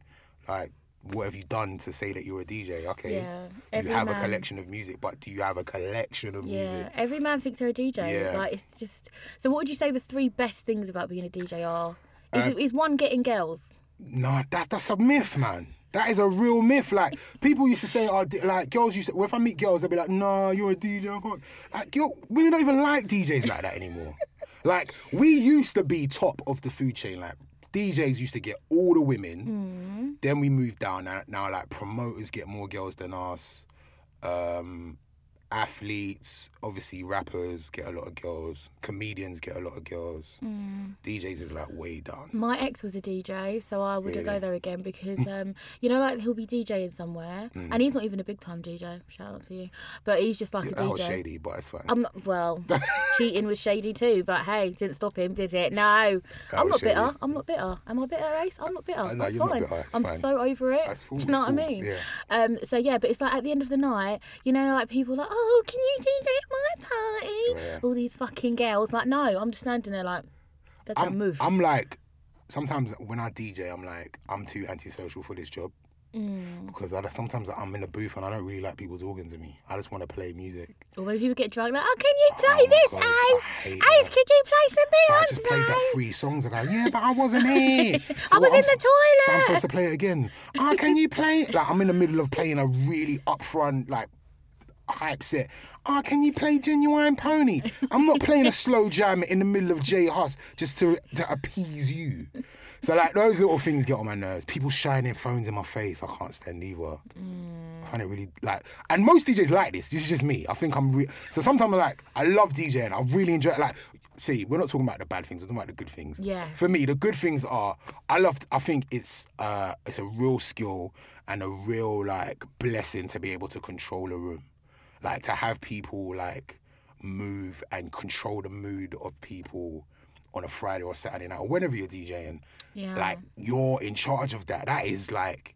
[SPEAKER 1] Like, what have you done to say that you're a DJ? Okay,
[SPEAKER 2] Yeah.
[SPEAKER 1] you
[SPEAKER 2] Every
[SPEAKER 1] have a
[SPEAKER 2] man-
[SPEAKER 1] collection of music, but do you have a collection of
[SPEAKER 2] Yeah,
[SPEAKER 1] music?
[SPEAKER 2] every man thinks they're a DJ.
[SPEAKER 1] Yeah.
[SPEAKER 2] Like it's just. So, what would you say the three best things about being a DJ are? Is,
[SPEAKER 1] Um,
[SPEAKER 2] is one getting girls?
[SPEAKER 1] No, that that's a myth, man. That is a real myth. Like people used to say, "Oh, di- like girls used to." Well, if I meet girls, they'll be like, "No, you're a DJ." I can't." Like, yo, women don't even like DJs like that anymore. like we used to be top of the food chain. Like DJs used to get all the
[SPEAKER 2] Mm-hmm.
[SPEAKER 1] women. Then we moved down. Now, now, like promoters get more girls than us. Um, athletes, obviously, rappers get a lot of girls. Comedians get a lot of girls.
[SPEAKER 2] Mm.
[SPEAKER 1] DJs is like way down.
[SPEAKER 2] My ex was a DJ, so I wouldn't go
[SPEAKER 1] Really?
[SPEAKER 2] there again because, um, you know, like he'll be DJing somewhere,
[SPEAKER 1] Mm.
[SPEAKER 2] and he's not even a big time DJ. Shout out to you, but he's just like a
[SPEAKER 1] That
[SPEAKER 2] DJ.
[SPEAKER 1] was shady, but it's fine.
[SPEAKER 2] I'm not, well, cheating was shady too, but hey, didn't stop him, did it? No, I'm
[SPEAKER 1] was
[SPEAKER 2] not bitter.
[SPEAKER 1] shady. Uh,
[SPEAKER 2] I'm not bitter. Am I bitter, Ace? I'm not bitter.
[SPEAKER 1] no,
[SPEAKER 2] I'm
[SPEAKER 1] you're not
[SPEAKER 2] fine.
[SPEAKER 1] bitter. It's
[SPEAKER 2] I'm
[SPEAKER 1] fine.
[SPEAKER 2] so over it.
[SPEAKER 1] That's cool,
[SPEAKER 2] Do you know
[SPEAKER 1] it's
[SPEAKER 2] what I
[SPEAKER 1] cool,
[SPEAKER 2] mean?
[SPEAKER 1] yeah.
[SPEAKER 2] Um. So yeah, but it's like at the end of the night, you know, like people are like, oh, can you DJ at my party?
[SPEAKER 1] Oh, Yeah.
[SPEAKER 2] All these fucking girls, like, no, I'm just standing there like, that's a
[SPEAKER 1] I'm,
[SPEAKER 2] move.
[SPEAKER 1] I'm like, sometimes when I DJ, I'm like, I'm too antisocial for this job because I sometimes I'm in a booth and I don't really like people talking to me. I just want to play music.
[SPEAKER 2] Or when people get drunk, like, oh, can you play
[SPEAKER 1] my
[SPEAKER 2] this,
[SPEAKER 1] God, I
[SPEAKER 2] Ace?
[SPEAKER 1] hate
[SPEAKER 2] Ace,
[SPEAKER 1] that.
[SPEAKER 2] could you play some
[SPEAKER 1] So I
[SPEAKER 2] Beyonce?
[SPEAKER 1] just played that three songs. I go, yeah, but I wasn't here. So
[SPEAKER 2] I was
[SPEAKER 1] what, I'm
[SPEAKER 2] in the
[SPEAKER 1] s- So I'm
[SPEAKER 2] toilet.
[SPEAKER 1] supposed to play it again. Ah, can you play? it? Like I'm in the middle of playing a really upfront like hype set. Ah, can you play Genuine Pony? I'm not playing a slow jam in the middle of J Huss just to to appease you. So like those little things get on my nerves. People shining phones in my face, I can't stand either.
[SPEAKER 2] Mm.
[SPEAKER 1] I find it really like, and most DJs like this. This is just me. I think I'm re- so sometimes I'm like I love DJing. I really enjoy it. like. See, we're not talking about the bad things. We're talking about the good things.
[SPEAKER 2] Yeah.
[SPEAKER 1] For me, the good things are I love. I think it's uh it's a real skill and a real like blessing to be able to control a room, like to have people like move and control the mood of people on a Friday or Saturday night or whenever you're DJing.
[SPEAKER 2] Yeah.
[SPEAKER 1] Like you're in charge of that. That is like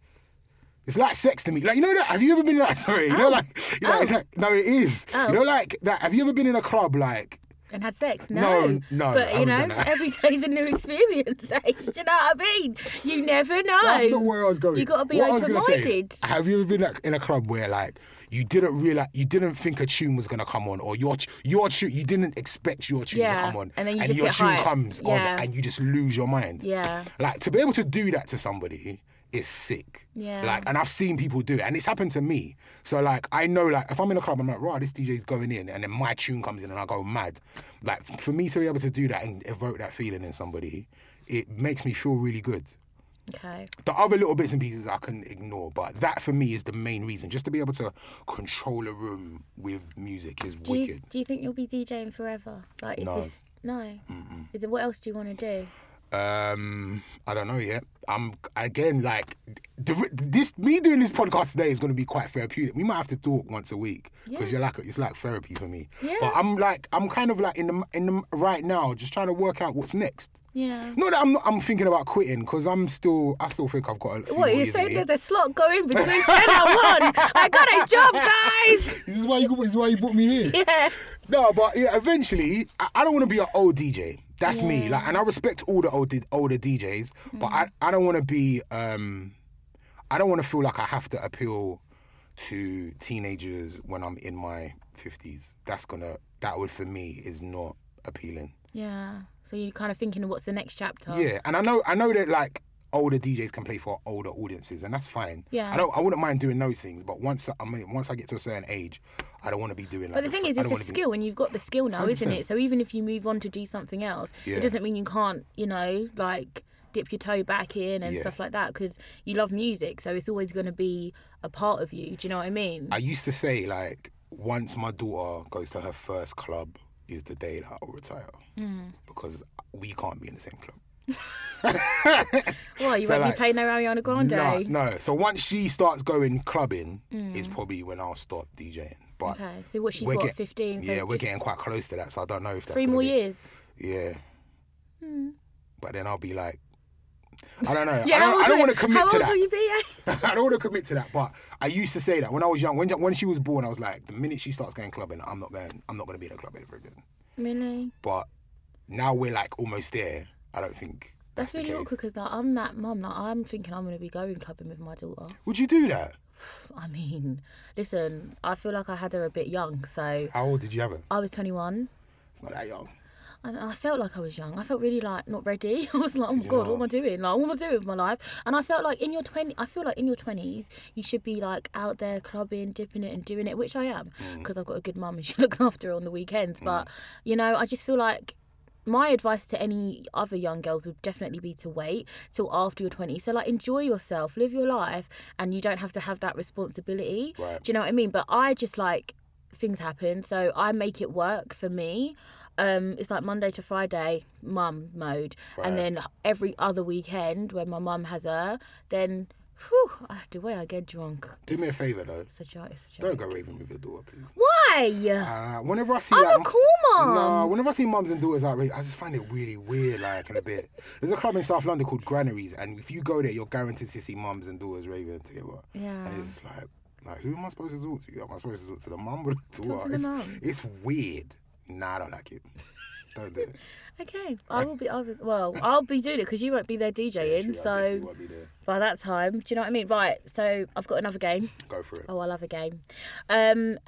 [SPEAKER 1] it's like sex to me. Like you know that have you ever been like sorry, you know like you know it's like, no it is. You know like that have you ever been in a club like
[SPEAKER 2] and had sex. No,
[SPEAKER 1] No, no, I
[SPEAKER 2] But you
[SPEAKER 1] haven't
[SPEAKER 2] know,
[SPEAKER 1] done that.
[SPEAKER 2] every day's a new experience. eh? Do you know what I mean? You never know.
[SPEAKER 1] That's not where I was going.
[SPEAKER 2] You got to be
[SPEAKER 1] What I was
[SPEAKER 2] open
[SPEAKER 1] gonna say
[SPEAKER 2] minded.
[SPEAKER 1] is, Have you ever been like, in a club where like you didn't realize you didn't think a tune was gonna come on, or your t- your tune you didn't expect your tune to
[SPEAKER 2] Yeah,
[SPEAKER 1] come on,
[SPEAKER 2] and then you just
[SPEAKER 1] your
[SPEAKER 2] get
[SPEAKER 1] tune
[SPEAKER 2] hyped.
[SPEAKER 1] comes
[SPEAKER 2] Yeah.
[SPEAKER 1] on, and you just lose your mind.
[SPEAKER 2] Yeah.
[SPEAKER 1] Like to be able to do that to somebody is sick.
[SPEAKER 2] Yeah.
[SPEAKER 1] Like, and I've seen people do it, and it's happened to me. So like, I know like if I'm in a club, I'm like, right, this DJ's going in, and then my tune comes in, and I go mad. Like for me to be able to do that and evoke that feeling in somebody, it makes me feel really good
[SPEAKER 2] Okay.
[SPEAKER 1] the other little bits and pieces I can ignore, but that for me is the main reason. Just to be able to control a room with music is
[SPEAKER 2] Do you,
[SPEAKER 1] wicked.
[SPEAKER 2] do you think you'll be DJing forever? Like, is
[SPEAKER 1] No.
[SPEAKER 2] this no? Is it what else do you want to do?
[SPEAKER 1] Um, I don't know yet. I'm again like the, this. Me doing this podcast today is going to be quite therapeutic. We might have to talk once a week because
[SPEAKER 2] Yeah.
[SPEAKER 1] you're like it's like therapy for me.
[SPEAKER 2] Yeah.
[SPEAKER 1] But I'm like I'm kind of like in the in the right now, just trying to work out what's next.
[SPEAKER 2] Yeah.
[SPEAKER 1] Not that I'm not, I'm thinking about quitting because I'm still I still think I've got a few
[SPEAKER 2] What
[SPEAKER 1] more
[SPEAKER 2] you
[SPEAKER 1] years in
[SPEAKER 2] saying?
[SPEAKER 1] me.
[SPEAKER 2] There's a slot going between ten and one. I got a job, guys.
[SPEAKER 1] This is why you this is why you put me here.
[SPEAKER 2] Yeah.
[SPEAKER 1] No, but yeah, eventually, I, I don't want to be an old DJ. That's me. Like, and I respect all the old older DJs, but I,
[SPEAKER 2] Mm-hmm.
[SPEAKER 1] I don't want to be. Um, I don't want to feel like I have to appeal to teenagers when I'm in my fifties. That's gonna that would for me is not appealing.
[SPEAKER 2] Yeah. So you're kind of thinking, what's the next chapter?
[SPEAKER 1] Yeah, and I know I know that like older DJs can play for older audiences, and that's fine.
[SPEAKER 2] Yeah.
[SPEAKER 1] I don't. I wouldn't mind doing those things, but once I I mean, once I get to a certain age, I don't want to be doing. Like,
[SPEAKER 2] But the thing is,
[SPEAKER 1] I
[SPEAKER 2] it's
[SPEAKER 1] don't
[SPEAKER 2] a
[SPEAKER 1] wanna be-
[SPEAKER 2] skill, and you've got the skill now, is isn't it? So even if you move on to do something else,
[SPEAKER 1] Yeah.
[SPEAKER 2] it doesn't mean you can't, you know, like dip your toe back in and
[SPEAKER 1] Yeah.
[SPEAKER 2] stuff like that because you love music. So it's always going to be a part of you. Do you know what I mean?
[SPEAKER 1] I used to say like once my daughter goes to her first club is the day that I'll retire
[SPEAKER 2] Hmm.
[SPEAKER 1] because we can't be in the same club.
[SPEAKER 2] well, you
[SPEAKER 1] so,
[SPEAKER 2] won't
[SPEAKER 1] like,
[SPEAKER 2] be playing no Ariana Grande.
[SPEAKER 1] No, no. So once she starts going clubbing, is probably when I'll stop DJing. But
[SPEAKER 2] Hmm. Okay. So what she's
[SPEAKER 1] we're
[SPEAKER 2] got,
[SPEAKER 1] get-
[SPEAKER 2] 15. So
[SPEAKER 1] yeah, we're
[SPEAKER 2] just
[SPEAKER 1] getting quite close to that, so I don't know if that's
[SPEAKER 2] three
[SPEAKER 1] gonna
[SPEAKER 2] more
[SPEAKER 1] be-
[SPEAKER 2] years. Hmm.
[SPEAKER 1] Yeah. But then I'll be like, I don't know.
[SPEAKER 2] Yeah,
[SPEAKER 1] I
[SPEAKER 2] how
[SPEAKER 1] don't,
[SPEAKER 2] old
[SPEAKER 1] I don't
[SPEAKER 2] will-
[SPEAKER 1] want to commit
[SPEAKER 2] how
[SPEAKER 1] to
[SPEAKER 2] old
[SPEAKER 1] that.
[SPEAKER 2] will you be?
[SPEAKER 1] I don't want to commit to that, but I used to say that when I was young. When when she was born, I was like, the minute she starts going clubbing, I'm not going. I'm not going to be in a club ever again.
[SPEAKER 2] Really?
[SPEAKER 1] But now we're like almost there. I don't think that's,
[SPEAKER 2] That's really
[SPEAKER 1] the case.
[SPEAKER 2] awkward because like, I'm that mum. Like, I'm thinking I'm going to be going clubbing with my daughter.
[SPEAKER 1] Would you do that?
[SPEAKER 2] I mean, listen, I feel like I had her a bit young. So
[SPEAKER 1] How old did you have her?
[SPEAKER 2] I was 21.
[SPEAKER 1] It's not that young.
[SPEAKER 2] And I felt like I was young. I felt really like not ready. I was like, oh my god, what am I doing? Like, what am I doing with my life? And I felt like in your twenty, I feel like in your twenties, you should be like out there clubbing, dipping it, and doing it, which I am because I've got a good mum and she looks after her on the weekends. But you know, I just feel like my advice to any other young girls would definitely be to wait till after your 20s. So, like, enjoy yourself, live your life, and you don't have to have that responsibility.
[SPEAKER 1] Right.
[SPEAKER 2] Do you know what I mean? But I just like things happen, so I make it work for me. Um, it's like Monday to Friday, mum mode, and then every other weekend when my mum has her, then whew, I, the way I get drunk.
[SPEAKER 1] Do me a favor though.
[SPEAKER 2] It's a joke. It's a joke.
[SPEAKER 1] Don't go raving with your daughter, please.
[SPEAKER 2] Why? Oh,
[SPEAKER 1] Uh, whenever I see
[SPEAKER 2] I'm
[SPEAKER 1] like,
[SPEAKER 2] a cool mum.
[SPEAKER 1] No, whenever I see mums and daughters out raving, I just find it really weird, like in a bit. There's a club in South London called Granaries, and if you go there, you're guaranteed to see mums and daughters raving together.
[SPEAKER 2] Yeah.
[SPEAKER 1] And it's just like, like who am I supposed to talk to? Am I supposed to talk to the mum or the daughter?
[SPEAKER 2] to the
[SPEAKER 1] it's,
[SPEAKER 2] mum.
[SPEAKER 1] it's weird. Nah, I don't like it. Don't do it.
[SPEAKER 2] Okay, I will be. I will, well, I'll be doing it because you won't be there DJing.
[SPEAKER 1] True, I
[SPEAKER 2] so
[SPEAKER 1] definitely won't be there.
[SPEAKER 2] by that time, do you know what I mean? Right. So I've got another game.
[SPEAKER 1] Go for it.
[SPEAKER 2] Oh, I love a game. Um,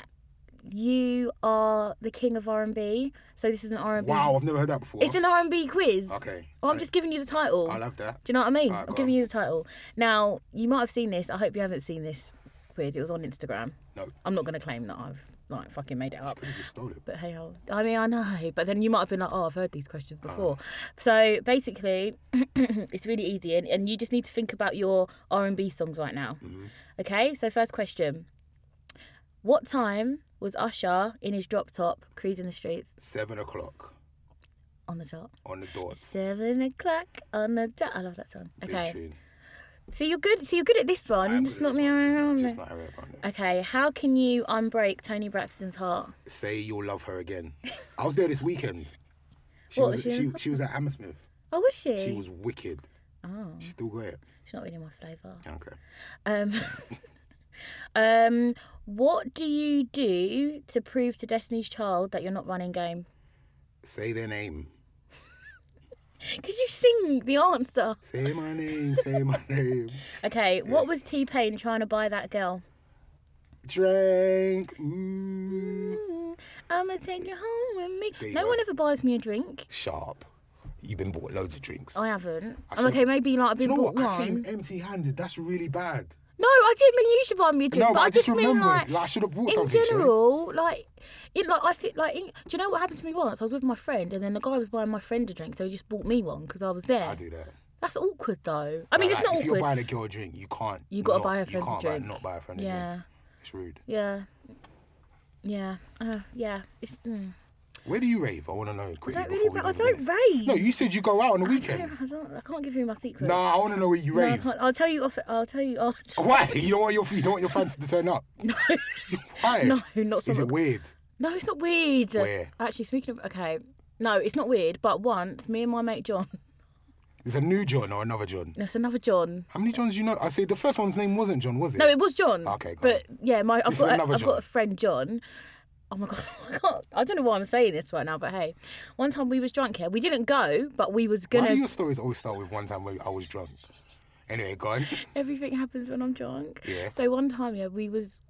[SPEAKER 2] you are the king of R and B. So this is an R and B.
[SPEAKER 1] Wow, I've never heard that before.
[SPEAKER 2] It's an R and B quiz.
[SPEAKER 1] okay.
[SPEAKER 2] Well, I'm just giving you the title.
[SPEAKER 1] I love that.
[SPEAKER 2] Do you know what I mean?
[SPEAKER 1] Alright, go
[SPEAKER 2] I'm giving
[SPEAKER 1] on.
[SPEAKER 2] you the title. Now, you might have seen this. I hope you haven't seen this. backwards. It was on Instagram.
[SPEAKER 1] No.
[SPEAKER 2] I'm not gonna claim that I've like fucking made it up.
[SPEAKER 1] You just stole it.
[SPEAKER 2] But hey ho. I mean, I know. But then you might have been like, oh, I've heard these questions before. So basically, it's really easy, and, and you just need to think about your R and B songs right now.
[SPEAKER 1] Mm-hmm.
[SPEAKER 2] Okay. So first question: What time was Usher in his drop top cruising the streets
[SPEAKER 1] Seven o'clock
[SPEAKER 2] on the dot?
[SPEAKER 1] on the dot.
[SPEAKER 2] Seven o'clock on the dot. I love that song.
[SPEAKER 1] Big
[SPEAKER 2] Okay.
[SPEAKER 1] tune.
[SPEAKER 2] So you're good. So you're good at this one.
[SPEAKER 1] I am
[SPEAKER 2] just
[SPEAKER 1] good
[SPEAKER 2] not
[SPEAKER 1] at
[SPEAKER 2] me
[SPEAKER 1] this one,
[SPEAKER 2] around.
[SPEAKER 1] Just not, just not Harriet Brown, yeah.
[SPEAKER 2] Okay, how can you unbreak Tony Braxton's heart?
[SPEAKER 1] Say you'll love her again. I was there this weekend. She
[SPEAKER 2] What,
[SPEAKER 1] was
[SPEAKER 2] was she
[SPEAKER 1] she,
[SPEAKER 2] in-
[SPEAKER 1] she was at Hammersmith.
[SPEAKER 2] Oh, was she?
[SPEAKER 1] She was wicked.
[SPEAKER 2] Oh,
[SPEAKER 1] She still got it.
[SPEAKER 2] she's not really my flavour.
[SPEAKER 1] Yeah, Okay.
[SPEAKER 2] Um, um, what do you do to prove to Destiny's Child that you're not running game?
[SPEAKER 1] Say their name.
[SPEAKER 2] Could you sing the answer?
[SPEAKER 1] Say my name. Say my name.
[SPEAKER 2] Okay, what was T Pain trying to buy that girl?
[SPEAKER 1] Drink. Ooh.
[SPEAKER 2] I'ma take you home with me.
[SPEAKER 1] you
[SPEAKER 2] no
[SPEAKER 1] go.
[SPEAKER 2] one ever buys me a drink.
[SPEAKER 1] Sharp. You've been bought loads of drinks.
[SPEAKER 2] I haven't. I
[SPEAKER 1] saw-
[SPEAKER 2] okay, maybe like I've
[SPEAKER 1] you
[SPEAKER 2] been
[SPEAKER 1] know
[SPEAKER 2] Oh, bought
[SPEAKER 1] what? I
[SPEAKER 2] one.
[SPEAKER 1] came empty-handed. That's really bad.
[SPEAKER 2] No, I didn't mean you should buy me a drink.
[SPEAKER 1] No,
[SPEAKER 2] but, I just, mean
[SPEAKER 1] remembered.
[SPEAKER 2] like,
[SPEAKER 1] Like, I should have bought
[SPEAKER 2] in
[SPEAKER 1] something. shouldn't I?
[SPEAKER 2] general, like, in like I feel like, in, do you know what happened to me once? I was with my friend, and then the guy was buying my friend a drink, so he just bought me one because I was there.
[SPEAKER 1] I do that.
[SPEAKER 2] That's awkward, though. I mean,
[SPEAKER 1] Like,
[SPEAKER 2] it's not
[SPEAKER 1] if you're
[SPEAKER 2] awkward.
[SPEAKER 1] buying a girl a drink, you can't.
[SPEAKER 2] You gotta
[SPEAKER 1] not-
[SPEAKER 2] buy her
[SPEAKER 1] You
[SPEAKER 2] friends a
[SPEAKER 1] can't buy,
[SPEAKER 2] drink.
[SPEAKER 1] not buy a friend a
[SPEAKER 2] yeah,
[SPEAKER 1] drink. It's rude.
[SPEAKER 2] yeah, yeah, uh, yeah. It's, mm.
[SPEAKER 1] Where do you rave? I want to know
[SPEAKER 2] I
[SPEAKER 1] quickly.
[SPEAKER 2] don't really.
[SPEAKER 1] before we
[SPEAKER 2] Ra- I
[SPEAKER 1] move on
[SPEAKER 2] don't
[SPEAKER 1] this.
[SPEAKER 2] rave.
[SPEAKER 1] No, you said you go out on the
[SPEAKER 2] I, don't,
[SPEAKER 1] weekends.
[SPEAKER 2] I, don't, I can't give you my secret.
[SPEAKER 1] No, I want to know where you
[SPEAKER 2] No, I
[SPEAKER 1] rave.
[SPEAKER 2] can't. I'll tell you off. I'll tell you off.
[SPEAKER 1] Why? You don't want your you don't want your fans to turn up. No. Why?
[SPEAKER 2] No, not
[SPEAKER 1] Is
[SPEAKER 2] so
[SPEAKER 1] it weird?
[SPEAKER 2] No, it's not weird.
[SPEAKER 1] Where?
[SPEAKER 2] Actually, speaking of, okay, no, it's not weird. But once, me and my mate John,
[SPEAKER 1] There's a new John or another John.
[SPEAKER 2] there's another John.
[SPEAKER 1] How many Johns do you know? I say the first one's name wasn't John, was it?
[SPEAKER 2] No, it was John.
[SPEAKER 1] Okay, go
[SPEAKER 2] but yeah, my I've
[SPEAKER 1] is
[SPEAKER 2] got a,
[SPEAKER 1] another
[SPEAKER 2] I've got
[SPEAKER 1] John.
[SPEAKER 2] a friend John. Oh my god, I, can't, I don't know why I'm saying this right now, but hey, one time we was drunk here. We didn't go, but we was
[SPEAKER 1] Why
[SPEAKER 2] gonna.
[SPEAKER 1] do your stories always start with one time where I was drunk? Anyway, go on.
[SPEAKER 2] Everything happens when I'm drunk.
[SPEAKER 1] Yeah.
[SPEAKER 2] So one time, yeah, we was,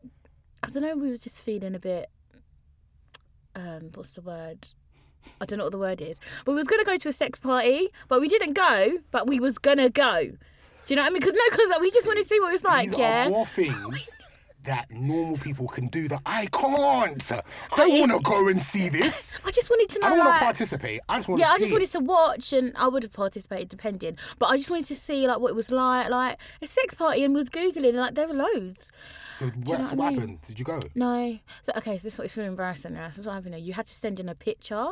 [SPEAKER 2] I don't know, we was just feeling a bit. Um, what's the word? I don't know what the word is, but we was gonna go to a sex party, but we didn't go. But we was gonna go. Do you know what I mean? Because no, because we just want to see what it's like.
[SPEAKER 1] These
[SPEAKER 2] yeah.
[SPEAKER 1] are more things that normal people can do that I can't. I want to go and see this.
[SPEAKER 2] I just wanted to know.
[SPEAKER 1] I don't want
[SPEAKER 2] like,
[SPEAKER 1] to participate. I just want
[SPEAKER 2] Yeah,
[SPEAKER 1] to
[SPEAKER 2] I
[SPEAKER 1] see.
[SPEAKER 2] just wanted to watch, and I would have participated depending, but I just wanted to see like what it was like, like a sex party, and was googling like there were loads.
[SPEAKER 1] it. So what's
[SPEAKER 2] what I
[SPEAKER 1] what
[SPEAKER 2] mean?
[SPEAKER 1] happened? Did you go
[SPEAKER 2] No, so okay, so this is it's really embarrassing now. So this is what happened now. You had to send in a picture,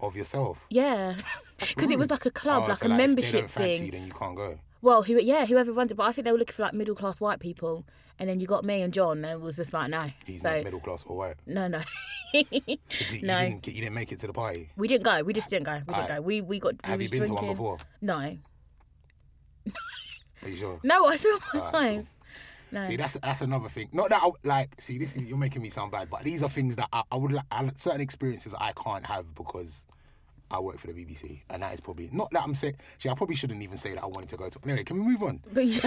[SPEAKER 1] of yourself?
[SPEAKER 2] yeah, because it was
[SPEAKER 1] rude.
[SPEAKER 2] like a club,
[SPEAKER 1] Oh,
[SPEAKER 2] like
[SPEAKER 1] so
[SPEAKER 2] a
[SPEAKER 1] if they
[SPEAKER 2] membership
[SPEAKER 1] don't fancy
[SPEAKER 2] thing.
[SPEAKER 1] You, then you can't go.
[SPEAKER 2] Well, who, yeah, whoever runs it, but I think they were looking for like middle class white people, and then you got me and John, and it was just like no,
[SPEAKER 1] He's
[SPEAKER 2] so
[SPEAKER 1] not middle class or white.
[SPEAKER 2] no, no,
[SPEAKER 1] So did,
[SPEAKER 2] No.
[SPEAKER 1] you, didn't, get- you didn't make it to the party.
[SPEAKER 2] we didn't go, we just didn't go, we didn't
[SPEAKER 1] Alright.
[SPEAKER 2] go. We we got. we
[SPEAKER 1] Have you
[SPEAKER 2] was
[SPEAKER 1] been
[SPEAKER 2] drinking.
[SPEAKER 1] to one before?
[SPEAKER 2] No,
[SPEAKER 1] Are you sure?
[SPEAKER 2] no, I saw my
[SPEAKER 1] Alright,
[SPEAKER 2] life. No.
[SPEAKER 1] See, that's that's another thing. Not that I, like, see, this is you're making me sound bad, but these are things that I, I would like I, certain experiences I can't have because I work for the BBC, and that is probably not that I'm saying. See, I probably shouldn't even say that I wanted to go to. Anyway, can we move on?
[SPEAKER 2] But you,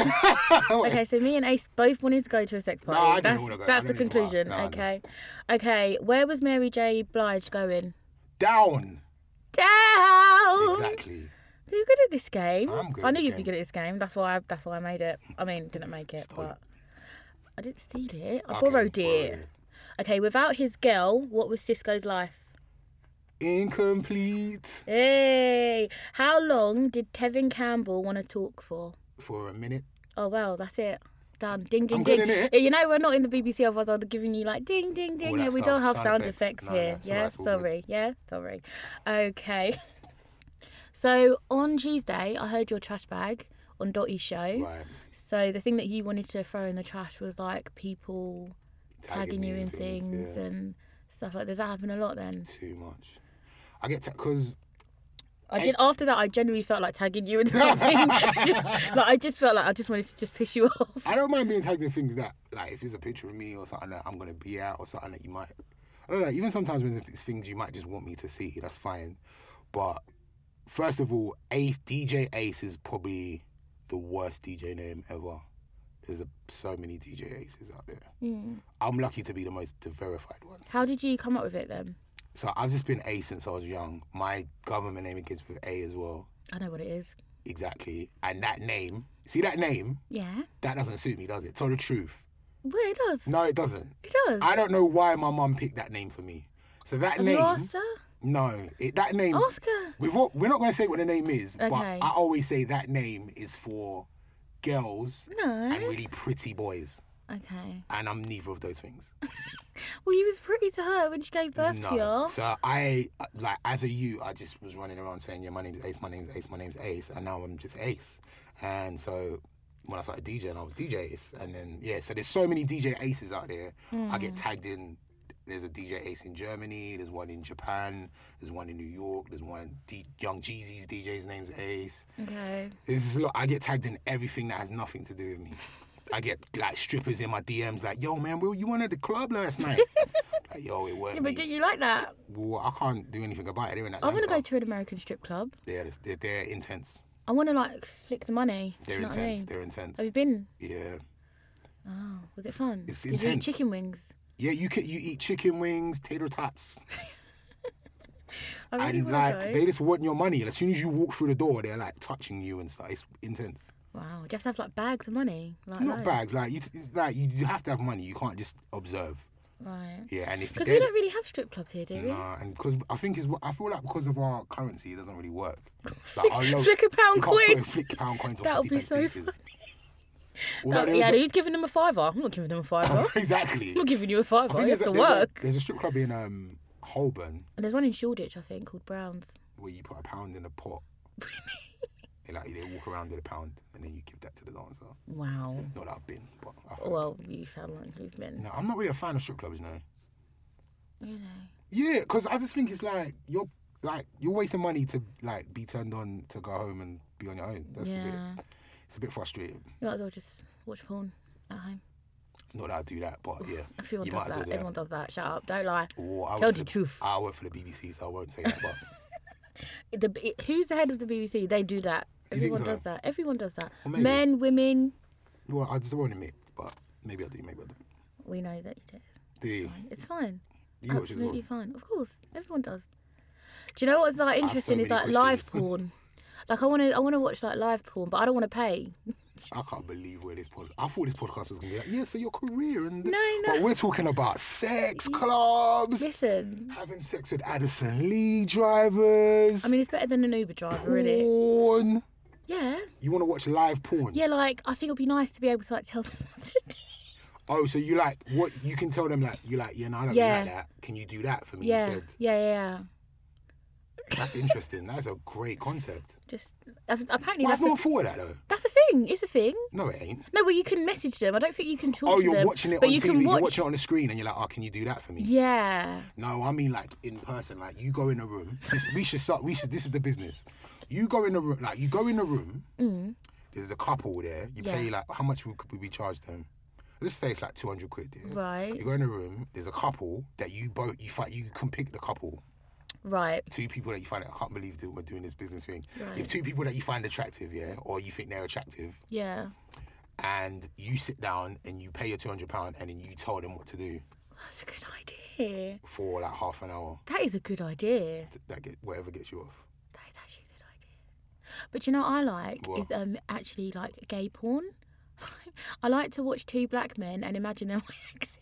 [SPEAKER 2] okay, so me and Ace both wanted to go to a sex party.
[SPEAKER 1] I didn't
[SPEAKER 2] that's
[SPEAKER 1] wanna go.
[SPEAKER 2] that's
[SPEAKER 1] I
[SPEAKER 2] the
[SPEAKER 1] didn't need to go out.
[SPEAKER 2] conclusion.
[SPEAKER 1] No, I didn't.
[SPEAKER 2] okay, okay. Where was Mary J. Blige going?
[SPEAKER 1] Down.
[SPEAKER 2] Down.
[SPEAKER 1] Exactly.
[SPEAKER 2] You're good at this game.
[SPEAKER 1] I'm good
[SPEAKER 2] I
[SPEAKER 1] at
[SPEAKER 2] knew
[SPEAKER 1] this
[SPEAKER 2] you'd
[SPEAKER 1] game.
[SPEAKER 2] be good at this game. That's why. I, that's why I made it. I mean, didn't make it,
[SPEAKER 1] Stole
[SPEAKER 2] but
[SPEAKER 1] it.
[SPEAKER 2] I didn't steal it. I
[SPEAKER 1] Okay, borrowed
[SPEAKER 2] borrowed it.
[SPEAKER 1] it.
[SPEAKER 2] Okay, without his girl, what was Cisco's life?
[SPEAKER 1] Incomplete
[SPEAKER 2] Hey, how long did Tevin Campbell want to talk for?
[SPEAKER 1] for a minute.
[SPEAKER 2] Oh well, that's it. Done. Ding ding
[SPEAKER 1] I'm good in
[SPEAKER 2] ding.
[SPEAKER 1] it.
[SPEAKER 2] Yeah, You know we're not in the BBC otherwise I'd have given you like ding ding ding.
[SPEAKER 1] All
[SPEAKER 2] Yeah,
[SPEAKER 1] that
[SPEAKER 2] we don't
[SPEAKER 1] stuff.
[SPEAKER 2] have
[SPEAKER 1] Sound
[SPEAKER 2] sound effects,
[SPEAKER 1] effects. No, no,
[SPEAKER 2] here.
[SPEAKER 1] it's all
[SPEAKER 2] yeah,
[SPEAKER 1] right, it's all good.
[SPEAKER 2] sorry. Yeah, sorry. Okay. So on Tuesday I heard your trash bag on Dottie's show.
[SPEAKER 1] Right.
[SPEAKER 2] So the thing that you wanted to throw in the trash was like people tagging, you in things
[SPEAKER 1] yeah.
[SPEAKER 2] and stuff like does that happen a lot then?
[SPEAKER 1] Too much. I get because
[SPEAKER 2] I did after that I genuinely felt like tagging you in something. just, like I just felt like I just wanted to just piss you off.
[SPEAKER 1] I don't mind being tagged in things that, like, if it's a picture of me or something that I'm gonna be at or something that you might, I don't know. Even sometimes when it's things you might just want me to see, that's fine. But first of all, Ace DJ Ace is probably the worst DJ name ever. There's a, so many DJ Aces out there. I'm lucky to be the most the verified one.
[SPEAKER 2] How did you come up with it then?
[SPEAKER 1] So I've just been A since I was young. My government name begins with A as well,
[SPEAKER 2] I know what it is.
[SPEAKER 1] exactly. And that name, see that name,
[SPEAKER 2] Yeah.
[SPEAKER 1] that doesn't suit me, does it? Tell the truth.
[SPEAKER 2] Well, it does.
[SPEAKER 1] No, it doesn't.
[SPEAKER 2] It does.
[SPEAKER 1] I don't know why my mum picked that name for me. So that
[SPEAKER 2] Have
[SPEAKER 1] name.
[SPEAKER 2] you asked her?
[SPEAKER 1] No, it, that name.
[SPEAKER 2] Ask her.
[SPEAKER 1] We've all, we're not going to say what the name is, but
[SPEAKER 2] Okay.
[SPEAKER 1] I always say that name is for girls and
[SPEAKER 2] No.
[SPEAKER 1] really pretty boys,
[SPEAKER 2] Okay.
[SPEAKER 1] and I'm neither of those things.
[SPEAKER 2] Well, you was pretty to her when she gave birth to
[SPEAKER 1] No.
[SPEAKER 2] you.
[SPEAKER 1] So I uh, like as a you, I just was running around saying, "Yeah, my name's Ace, my name's Ace, my name's Ace," and now I'm just Ace. And so when I started DJing, I was DJ Ace, and then yeah. So there's so many DJ Aces out there. I
[SPEAKER 2] Hmm.
[SPEAKER 1] get tagged in. There's a DJ Ace in Germany. There's one in Japan. There's one in New York. There's one D- Young Jeezy's DJ's name's Ace.
[SPEAKER 2] Okay.
[SPEAKER 1] There's just a lot. I get tagged in everything that has nothing to do with me. I get like strippers in my DMs like, "Yo, man, Will, you went at the club last night." like, yo, it weren't
[SPEAKER 2] Yeah,
[SPEAKER 1] me
[SPEAKER 2] but didn't you like that?
[SPEAKER 1] well, I can't do anything about it. They're in Atlanta.
[SPEAKER 2] I want to go to an American strip club.
[SPEAKER 1] They're, they're, they're intense.
[SPEAKER 2] I want to like flick the money. Do
[SPEAKER 1] They're
[SPEAKER 2] you know what I
[SPEAKER 1] intense.
[SPEAKER 2] mean?
[SPEAKER 1] They're intense.
[SPEAKER 2] Have you been?
[SPEAKER 1] Yeah.
[SPEAKER 2] Oh, was it fun?
[SPEAKER 1] It's
[SPEAKER 2] Did you eat
[SPEAKER 1] intense.
[SPEAKER 2] chicken wings?
[SPEAKER 1] Yeah, you can, you eat chicken wings, tater tots,
[SPEAKER 2] I really
[SPEAKER 1] and
[SPEAKER 2] want
[SPEAKER 1] like
[SPEAKER 2] to go.
[SPEAKER 1] they just want your money. As soon as you walk through the door, they're like touching you and stuff. It's intense.
[SPEAKER 2] Wow, do you have to have like bags of money? Like
[SPEAKER 1] Not
[SPEAKER 2] those?
[SPEAKER 1] bags, like you like you, you have to have money. You can't just observe.
[SPEAKER 2] Right.
[SPEAKER 1] Yeah, and if you
[SPEAKER 2] Because we
[SPEAKER 1] did,
[SPEAKER 2] don't really have strip clubs here, do we?
[SPEAKER 1] nah, and because I think is I feel like because of our currency, it doesn't really work. Like, our lo-
[SPEAKER 2] Flick a pound
[SPEAKER 1] you can't
[SPEAKER 2] coin.
[SPEAKER 1] throw Flick pound coins. or
[SPEAKER 2] That would be
[SPEAKER 1] 50
[SPEAKER 2] so
[SPEAKER 1] pence pieces. Although
[SPEAKER 2] Oh,
[SPEAKER 1] there is
[SPEAKER 2] yeah,
[SPEAKER 1] a-
[SPEAKER 2] who's giving them a fiver? I'm not giving them a fiver. I'm
[SPEAKER 1] exactly.
[SPEAKER 2] not giving you a fiver.
[SPEAKER 1] I
[SPEAKER 2] You have
[SPEAKER 1] there's
[SPEAKER 2] to
[SPEAKER 1] a- there's a-
[SPEAKER 2] work.
[SPEAKER 1] there's a strip club in um, Holborn
[SPEAKER 2] And there's one in Shoreditch, I think, called Browns.
[SPEAKER 1] where you put a pound in a pot. They like they walk around with a pound and then you give that to the dancer.
[SPEAKER 2] Wow.
[SPEAKER 1] Not that I've been, but I've heard.
[SPEAKER 2] Well, you sound like you've been.
[SPEAKER 1] no, I'm not really a fan of strip clubs, no.
[SPEAKER 2] You know.
[SPEAKER 1] Yeah, because I just think it's like you're like you're wasting money to like be turned on to go home and be on your own. That's a bit
[SPEAKER 2] yeah.
[SPEAKER 1] it's a bit frustrating.
[SPEAKER 2] You might as well just watch porn at home.
[SPEAKER 1] Not that I do that, but yeah.
[SPEAKER 2] Everyone
[SPEAKER 1] you
[SPEAKER 2] does
[SPEAKER 1] might as well
[SPEAKER 2] that.
[SPEAKER 1] do
[SPEAKER 2] Everyone does that. Shut up. Don't lie.
[SPEAKER 1] Well, I
[SPEAKER 2] Tell
[SPEAKER 1] work
[SPEAKER 2] the
[SPEAKER 1] for
[SPEAKER 2] truth.
[SPEAKER 1] I work for the BBC, so I won't say that. But
[SPEAKER 2] The, it- who's the head of the BBC? They do that.
[SPEAKER 1] You think
[SPEAKER 2] Everyone
[SPEAKER 1] so?
[SPEAKER 2] does that. Everyone does that.
[SPEAKER 1] maybe.
[SPEAKER 2] Men, women.
[SPEAKER 1] well, I just won't admit. But maybe I do. Maybe I do.
[SPEAKER 2] We know that you do.
[SPEAKER 1] Do you?
[SPEAKER 2] It's fine.
[SPEAKER 1] You watch it as well?
[SPEAKER 2] Absolutely fine. Of course, everyone does. Do you know what's like interesting is like
[SPEAKER 1] many
[SPEAKER 2] live
[SPEAKER 1] questions.
[SPEAKER 2] porn. like I want to, I want to watch like live porn, but I don't want to pay.
[SPEAKER 1] I can't believe where this podcast. I thought this podcast was gonna be like, yeah, so your career and
[SPEAKER 2] No, no.
[SPEAKER 1] But we're talking about sex clubs,
[SPEAKER 2] Listen,
[SPEAKER 1] having sex with Addison Lee drivers,
[SPEAKER 2] I mean it's better than an Uber driver, is it?
[SPEAKER 1] porn.
[SPEAKER 2] Yeah,
[SPEAKER 1] You want to watch live porn?
[SPEAKER 2] yeah. Like I think it'd be nice to be able to like tell them what to do.
[SPEAKER 1] Oh, so you like what? You can tell them like you like. Yeah, no, I don't really
[SPEAKER 2] Yeah.
[SPEAKER 1] like that. Can you do that for me
[SPEAKER 2] Yeah,
[SPEAKER 1] instead?
[SPEAKER 2] yeah, yeah. yeah.
[SPEAKER 1] That's interesting. That's a great concept.
[SPEAKER 2] Just that's- apparently
[SPEAKER 1] Why
[SPEAKER 2] that's
[SPEAKER 1] have
[SPEAKER 2] a,
[SPEAKER 1] no one thought of that though?
[SPEAKER 2] that's a thing. It's a thing.
[SPEAKER 1] No, it ain't.
[SPEAKER 2] No, but you can message them. I don't think you can talk
[SPEAKER 1] Oh,
[SPEAKER 2] to
[SPEAKER 1] you're
[SPEAKER 2] them,
[SPEAKER 1] watching it
[SPEAKER 2] but
[SPEAKER 1] on
[SPEAKER 2] you
[SPEAKER 1] TV.
[SPEAKER 2] can
[SPEAKER 1] You're
[SPEAKER 2] watch.
[SPEAKER 1] watching it on the screen, and you're like, oh, can you do that for me?
[SPEAKER 2] yeah.
[SPEAKER 1] No, I mean like in person. Like you go in a room. This, we should start. We should. This is the business. You go in a room. Like you go in a room. There's a couple there. You
[SPEAKER 2] Mm. Yeah.
[SPEAKER 1] pay like how much would, would we charge them? Let's say it's like two hundred quid. Yeah?
[SPEAKER 2] Right.
[SPEAKER 1] You go in a room. There's a couple that you both you fight. You can pick the couple.
[SPEAKER 2] Right.
[SPEAKER 1] Two people that you find. I can't believe that we're doing this business thing.
[SPEAKER 2] Right.
[SPEAKER 1] If two people that you find attractive, yeah, or you think they're attractive,
[SPEAKER 2] Yeah.
[SPEAKER 1] and you sit down and you pay your two hundred pound, and then you tell them what to do
[SPEAKER 2] That's a good idea.
[SPEAKER 1] for like half an hour.
[SPEAKER 2] That is a good idea.
[SPEAKER 1] That get whatever gets you off.
[SPEAKER 2] That is actually a good idea. But you know what I like
[SPEAKER 1] What?
[SPEAKER 2] is um actually like gay porn. I like to watch two black men and imagine them waxing.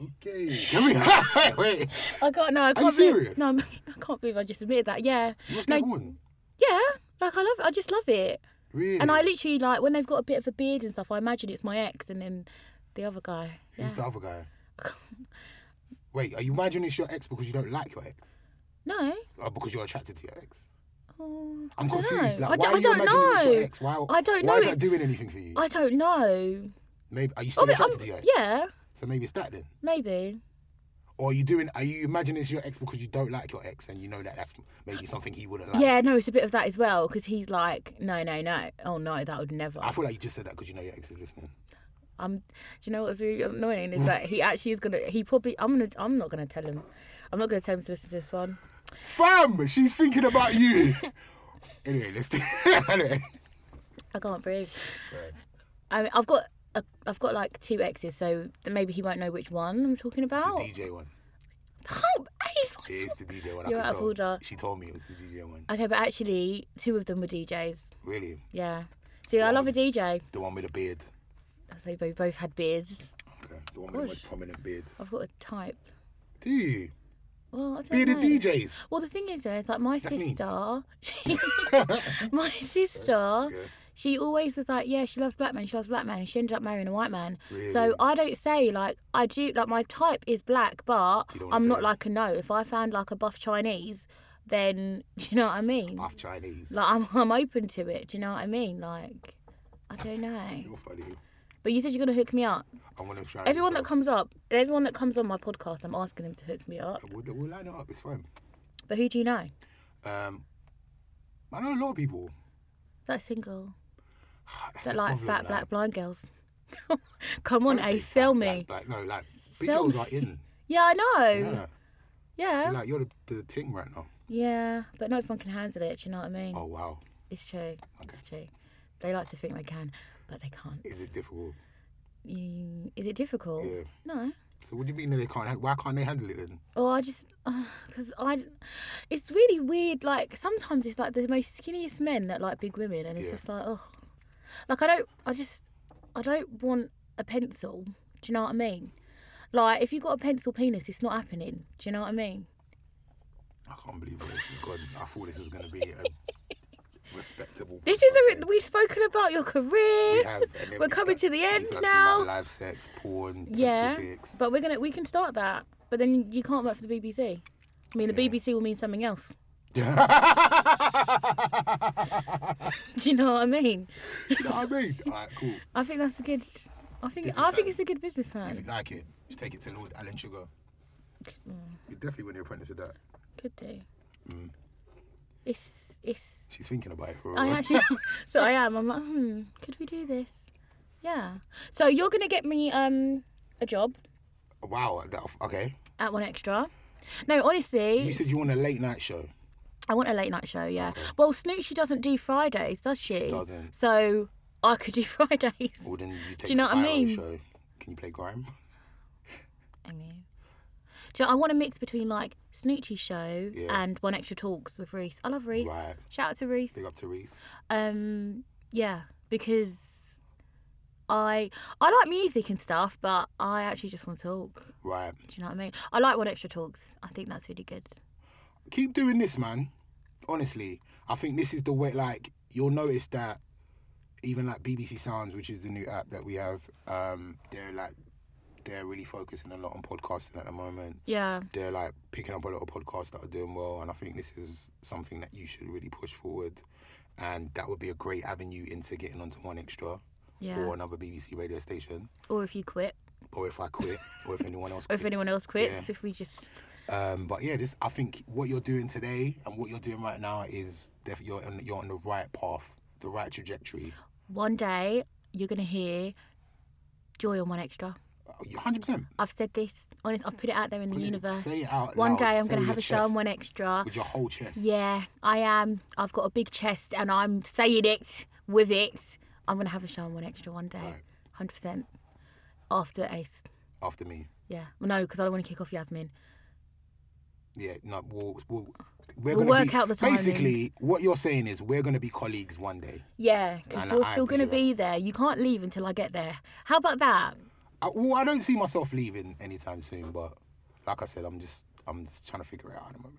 [SPEAKER 1] Okay. Can we? Wait.
[SPEAKER 2] I got no. I can't believe,
[SPEAKER 1] serious?
[SPEAKER 2] No, I'm- I can't believe I just admitted that. Yeah,
[SPEAKER 1] You watch
[SPEAKER 2] No.
[SPEAKER 1] Gay porn?
[SPEAKER 2] yeah. Like I love. I just love it.
[SPEAKER 1] Really?
[SPEAKER 2] And I literally like when they've got a bit of a beard and stuff. I imagine it's my ex and then the other guy.
[SPEAKER 1] Who's
[SPEAKER 2] Yeah.
[SPEAKER 1] the other guy? Wait, are you imagining it's your ex because you don't like your ex?
[SPEAKER 2] No.
[SPEAKER 1] Or because you're attracted to your ex?
[SPEAKER 2] Um,
[SPEAKER 1] I'm
[SPEAKER 2] I don't
[SPEAKER 1] confused.
[SPEAKER 2] know.
[SPEAKER 1] Like, why
[SPEAKER 2] I,
[SPEAKER 1] are
[SPEAKER 2] d-
[SPEAKER 1] you
[SPEAKER 2] I
[SPEAKER 1] imagining
[SPEAKER 2] don't
[SPEAKER 1] it's your
[SPEAKER 2] know.
[SPEAKER 1] ex? Why,
[SPEAKER 2] I don't
[SPEAKER 1] why
[SPEAKER 2] know
[SPEAKER 1] is
[SPEAKER 2] it-
[SPEAKER 1] that doing anything for you?
[SPEAKER 2] I don't know.
[SPEAKER 1] Maybe are you still
[SPEAKER 2] Oh, but
[SPEAKER 1] attracted
[SPEAKER 2] I'm-
[SPEAKER 1] to your ex?
[SPEAKER 2] yeah,
[SPEAKER 1] So maybe it's that then.
[SPEAKER 2] maybe.
[SPEAKER 1] Or are you doing? Are you imagining it's your ex because you don't like your ex and you know that that's maybe something he wouldn't like?
[SPEAKER 2] Yeah, no, it's a bit of that as well because he's like, no, no, no. Oh no, that would never.
[SPEAKER 1] I feel like you just said that because you know your ex is listening.
[SPEAKER 2] I'm. Do you know what's really annoying is that he actually is gonna. He probably. I'm gonna. I'm not gonna tell him. I'm not gonna tell him to listen to this one.
[SPEAKER 1] Fam, she's thinking about you. anyway, let's. Do, anyway.
[SPEAKER 2] I can't breathe.
[SPEAKER 1] Sorry.
[SPEAKER 2] I mean, I've got. A, I've got like two exes, so maybe he won't know which one I'm talking
[SPEAKER 1] The
[SPEAKER 2] about.
[SPEAKER 1] DJ one.
[SPEAKER 2] Oh, he's-
[SPEAKER 1] It is the DJ one.
[SPEAKER 2] You're
[SPEAKER 1] I
[SPEAKER 2] out
[SPEAKER 1] could
[SPEAKER 2] of
[SPEAKER 1] tell.
[SPEAKER 2] order.
[SPEAKER 1] She told me it was the DJ one.
[SPEAKER 2] Okay, but actually, two of them were DJs.
[SPEAKER 1] Really?
[SPEAKER 2] Yeah. See, I love a DJ.
[SPEAKER 1] The one with the beard.
[SPEAKER 2] So we both had beards.
[SPEAKER 1] Okay. The one with the most prominent beard.
[SPEAKER 2] I've got a type.
[SPEAKER 1] Do you?
[SPEAKER 2] Well, I don't
[SPEAKER 1] Bearded
[SPEAKER 2] know.
[SPEAKER 1] DJs.
[SPEAKER 2] Well, the thing is, though, it's like my
[SPEAKER 1] me.
[SPEAKER 2] sister. She, my sister. She always was like, yeah, she loves black men. She loves black men. She ended up marrying a white man. So
[SPEAKER 1] Really?
[SPEAKER 2] I don't say like I do. Like my type is black, but
[SPEAKER 1] You don't wanna
[SPEAKER 2] I'm
[SPEAKER 1] say
[SPEAKER 2] not
[SPEAKER 1] it.
[SPEAKER 2] like a no. If I found like a buff Chinese, then do you know what I mean?
[SPEAKER 1] Half Chinese.
[SPEAKER 2] Like I'm I'm open to it. Do you know what I mean? Like I don't know.
[SPEAKER 1] You're funny.
[SPEAKER 2] But you said you're gonna hook me up.
[SPEAKER 1] I'm gonna try.
[SPEAKER 2] Everyone that comes up, everyone that comes on my podcast, I'm asking them to hook me up.
[SPEAKER 1] Uh, we'll, we'll line it up. It's fine.
[SPEAKER 2] But who do you know?
[SPEAKER 1] Um, I know a lot of people.
[SPEAKER 2] That's single.
[SPEAKER 1] That's
[SPEAKER 2] That
[SPEAKER 1] the
[SPEAKER 2] like
[SPEAKER 1] problem,
[SPEAKER 2] fat
[SPEAKER 1] man.
[SPEAKER 2] black blind girls. Come on,
[SPEAKER 1] Don't say
[SPEAKER 2] Ace, sell
[SPEAKER 1] fat
[SPEAKER 2] me.
[SPEAKER 1] Black, black, no, like big
[SPEAKER 2] Sell
[SPEAKER 1] girls
[SPEAKER 2] me.
[SPEAKER 1] are in.
[SPEAKER 2] Yeah, I
[SPEAKER 1] You know
[SPEAKER 2] know.
[SPEAKER 1] that?
[SPEAKER 2] Yeah.
[SPEAKER 1] You're
[SPEAKER 2] Yeah,
[SPEAKER 1] Like you're the, the thing right now.
[SPEAKER 2] but no one can handle it. Do you know what I mean?
[SPEAKER 1] Oh wow,
[SPEAKER 2] It's true. It's true. They like to think they can, but they can't.
[SPEAKER 1] is it difficult?
[SPEAKER 2] Mm, Is it difficult?
[SPEAKER 1] Yeah.
[SPEAKER 2] No.
[SPEAKER 1] So what do you mean that they can't? ha- Why can't they handle it then?
[SPEAKER 2] Oh, I just because I, it's really weird. Like sometimes it's like the most skinniest men that like big women, and it's
[SPEAKER 1] Yeah.
[SPEAKER 2] just like oh, like I don't, I just, I don't want a pencil. Do you know what I mean? Like if you got a pencil penis, it's not happening. Do you know what I mean?
[SPEAKER 1] I can't believe where this is gone. I thought this was gonna be a respectable.
[SPEAKER 2] This is
[SPEAKER 1] podcast.
[SPEAKER 2] a, we've spoken about your career.
[SPEAKER 1] We have, and then
[SPEAKER 2] We're
[SPEAKER 1] we
[SPEAKER 2] coming
[SPEAKER 1] start-
[SPEAKER 2] to the
[SPEAKER 1] we
[SPEAKER 2] end
[SPEAKER 1] start talking
[SPEAKER 2] now.
[SPEAKER 1] about Live sex, porn,
[SPEAKER 2] yeah,
[SPEAKER 1] yeah. dicks.
[SPEAKER 2] but we're gonna we can start that. But then you can't work for the BBC. I mean, the BBC will mean something else. Do you know what I mean?
[SPEAKER 1] You know what I mean? All right, cool.
[SPEAKER 2] I think that's a good. I think
[SPEAKER 1] Business
[SPEAKER 2] I think
[SPEAKER 1] plan.
[SPEAKER 2] it's a good business
[SPEAKER 1] If you
[SPEAKER 2] plan.
[SPEAKER 1] like it, just take it to Lord Alan Sugar. You definitely win the apprentice with that.
[SPEAKER 2] Could do.
[SPEAKER 1] Mm.
[SPEAKER 2] It's it's.
[SPEAKER 1] She's thinking about it for a
[SPEAKER 2] I
[SPEAKER 1] while.
[SPEAKER 2] actually. so I am. I'm like, hmm. Could we do this? Yeah. So you're gonna get me um a job
[SPEAKER 1] Wow. That, okay.
[SPEAKER 2] at One Extra. No, honestly,
[SPEAKER 1] You said you want a late night show.
[SPEAKER 2] I want a late night show. Yeah. Well, Snoot she doesn't do Fridays, does she?
[SPEAKER 1] doesn't.
[SPEAKER 2] So I could do Fridays.
[SPEAKER 1] Well, then you take
[SPEAKER 2] you know what I
[SPEAKER 1] Spyro's
[SPEAKER 2] mean?
[SPEAKER 1] show. Can you play grime?
[SPEAKER 2] I mean, do you know, I want a mix between like Snoochie's show
[SPEAKER 1] Yeah.
[SPEAKER 2] and One Extra Talks with Reese. I love Reese.
[SPEAKER 1] Right.
[SPEAKER 2] Shout out to Reese.
[SPEAKER 1] Big up to Reese.
[SPEAKER 2] Um, yeah, because I I like music and stuff, but I actually just want to talk.
[SPEAKER 1] Right.
[SPEAKER 2] Do you know what I mean? I like what extra talks. I think that's really good.
[SPEAKER 1] Keep doing this, man. Honestly, I think this is the way. Like you'll notice that even like BBC Sounds, which is the new app that we have, um, they're like they're really focusing a lot on podcasting at the moment.
[SPEAKER 2] Yeah,
[SPEAKER 1] They're like picking up a lot of podcasts that are doing well, and I think this is something that you should really push forward. And that would be a great avenue into getting onto One Extra
[SPEAKER 2] yeah.
[SPEAKER 1] or another BBC radio station,
[SPEAKER 2] Or if you quit,
[SPEAKER 1] or if I quit, or if anyone else.
[SPEAKER 2] or if
[SPEAKER 1] quits.
[SPEAKER 2] anyone else quits,
[SPEAKER 1] Yeah.
[SPEAKER 2] if we just
[SPEAKER 1] Um, but yeah, this I think what you're doing today and what you're doing right now is def- you're on, you're on the right path, the right trajectory.
[SPEAKER 2] one day you're gonna hear joy on one extra.
[SPEAKER 1] Uh, Hundred percent.
[SPEAKER 2] I've said this. Honest, I've put it out there in the universe.
[SPEAKER 1] Say it out.
[SPEAKER 2] One
[SPEAKER 1] loud,
[SPEAKER 2] day I'm
[SPEAKER 1] say
[SPEAKER 2] gonna
[SPEAKER 1] with
[SPEAKER 2] have
[SPEAKER 1] your
[SPEAKER 2] a show on
[SPEAKER 1] chest,
[SPEAKER 2] one extra.
[SPEAKER 1] with your whole chest.
[SPEAKER 2] Yeah, I am. I've got a big chest and I'm saying it with it. I'm going to have a show on one extra one day.
[SPEAKER 1] Right.
[SPEAKER 2] 100%. After Ace.
[SPEAKER 1] After me.
[SPEAKER 2] Yeah. Well, no, because I don't want to kick off Yasmin.
[SPEAKER 1] Yeah. No. We'll, we'll, we're
[SPEAKER 2] We'll
[SPEAKER 1] gonna
[SPEAKER 2] work
[SPEAKER 1] be-
[SPEAKER 2] out the
[SPEAKER 1] Basically, what you're saying is we're gonna be colleagues one day.
[SPEAKER 2] Yeah, because
[SPEAKER 1] And
[SPEAKER 2] you're
[SPEAKER 1] I
[SPEAKER 2] still going to
[SPEAKER 1] appreciate
[SPEAKER 2] be there. You can't leave until I get there. How about that?
[SPEAKER 1] I, well, I don't see myself leaving anytime soon, but like I said, I'm just I'm just trying to figure it out at the moment.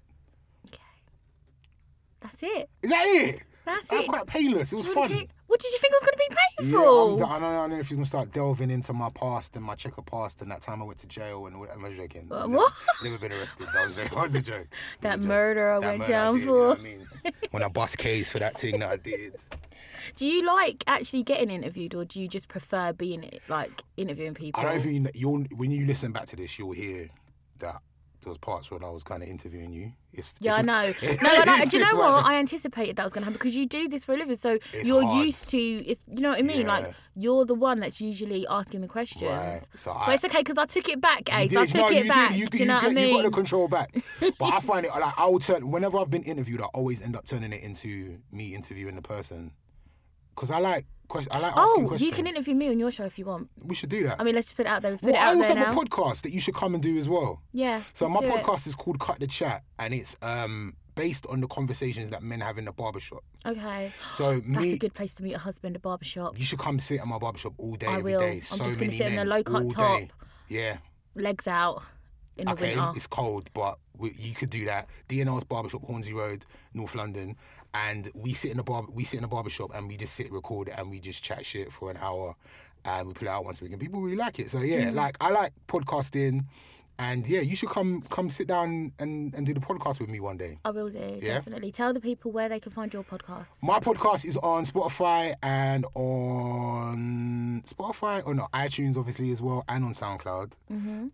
[SPEAKER 2] That's it.
[SPEAKER 1] Is that it?
[SPEAKER 2] That's
[SPEAKER 1] That's
[SPEAKER 2] it.
[SPEAKER 1] quite painless. It was
[SPEAKER 2] What
[SPEAKER 1] fun.
[SPEAKER 2] did you- What did you think I was going to be
[SPEAKER 1] Yeah, I'm,
[SPEAKER 2] painful?
[SPEAKER 1] d- I, don't, I don't know if she's gonna start delving into my past and my checker past and that time I went to jail and what am I joking? I've never-
[SPEAKER 2] Uh, what?
[SPEAKER 1] Never, been arrested. That was a, that was a joke.
[SPEAKER 2] That
[SPEAKER 1] That was a joke.
[SPEAKER 2] murder I
[SPEAKER 1] That
[SPEAKER 2] went
[SPEAKER 1] murder
[SPEAKER 2] down
[SPEAKER 1] did, you know
[SPEAKER 2] for.
[SPEAKER 1] what I mean? when I bust case for that thing that I did.
[SPEAKER 2] Do you like actually getting interviewed or do you just prefer being like interviewing people?
[SPEAKER 1] I don't think you kn- you'll when you listen back to this, you'll hear that those parts when I was kind of interviewing you. It's,
[SPEAKER 2] Yeah, I
[SPEAKER 1] it's-
[SPEAKER 2] know. No, I know.
[SPEAKER 1] it's
[SPEAKER 2] Do you know
[SPEAKER 1] just
[SPEAKER 2] what?
[SPEAKER 1] like-
[SPEAKER 2] I anticipated that was going to happen because you do this for a living, so you're
[SPEAKER 1] hard.
[SPEAKER 2] used to. It's you know what I mean. Like
[SPEAKER 1] Yeah.
[SPEAKER 2] you're the one that's usually asking the questions.
[SPEAKER 1] Right. So
[SPEAKER 2] but
[SPEAKER 1] I-
[SPEAKER 2] it's okay because I took it back,
[SPEAKER 1] You
[SPEAKER 2] Ace.
[SPEAKER 1] did.
[SPEAKER 2] I took
[SPEAKER 1] no, you
[SPEAKER 2] it
[SPEAKER 1] did.
[SPEAKER 2] back.
[SPEAKER 1] You,
[SPEAKER 2] do
[SPEAKER 1] you
[SPEAKER 2] you know
[SPEAKER 1] get-
[SPEAKER 2] what I
[SPEAKER 1] you got the
[SPEAKER 2] mean?
[SPEAKER 1] control back. But I find it like I'll turn whenever I've been interviewed, I always end up turning it into me interviewing the person because I like question. I like asking
[SPEAKER 2] Oh, you
[SPEAKER 1] questions.
[SPEAKER 2] can interview me on your show if you want.
[SPEAKER 1] we should do that.
[SPEAKER 2] I mean, let's just put it out there. Put
[SPEAKER 1] well,
[SPEAKER 2] it
[SPEAKER 1] I
[SPEAKER 2] out
[SPEAKER 1] also
[SPEAKER 2] there
[SPEAKER 1] have
[SPEAKER 2] now.
[SPEAKER 1] a podcast that you should come and do as well.
[SPEAKER 2] yeah.
[SPEAKER 1] So
[SPEAKER 2] let's
[SPEAKER 1] my
[SPEAKER 2] do it.
[SPEAKER 1] podcast is called Cut the Chat, and it's um based on the conversations that men have in the barbershop.
[SPEAKER 2] Okay.
[SPEAKER 1] So
[SPEAKER 2] That's
[SPEAKER 1] me,
[SPEAKER 2] a good place to meet a husband, a barber shop.
[SPEAKER 1] you should come sit at my barbershop all day,
[SPEAKER 2] I
[SPEAKER 1] every
[SPEAKER 2] will.
[SPEAKER 1] day.
[SPEAKER 2] I'm
[SPEAKER 1] so
[SPEAKER 2] just gonna
[SPEAKER 1] many
[SPEAKER 2] sit in
[SPEAKER 1] men,
[SPEAKER 2] a low-cut
[SPEAKER 1] all
[SPEAKER 2] top.
[SPEAKER 1] day. Yeah.
[SPEAKER 2] Legs out in the
[SPEAKER 1] Okay,
[SPEAKER 2] winter.
[SPEAKER 1] it's cold, but we, you could do that. DNR's barbershop, Hornsey Road, North London, and we sit in a bar. We sit in a barbershop and we just sit, record, and we just chat shit for an hour, and we put it out once a week, and people really like it. So yeah, like I like podcasting, and yeah, you should come come sit down and and do the podcast with me one day.
[SPEAKER 2] I will do,
[SPEAKER 1] Yeah.
[SPEAKER 2] definitely. Tell the people where they can find your podcast.
[SPEAKER 1] My podcast is on Spotify and on Spotify, or no, iTunes obviously as well, and on SoundCloud,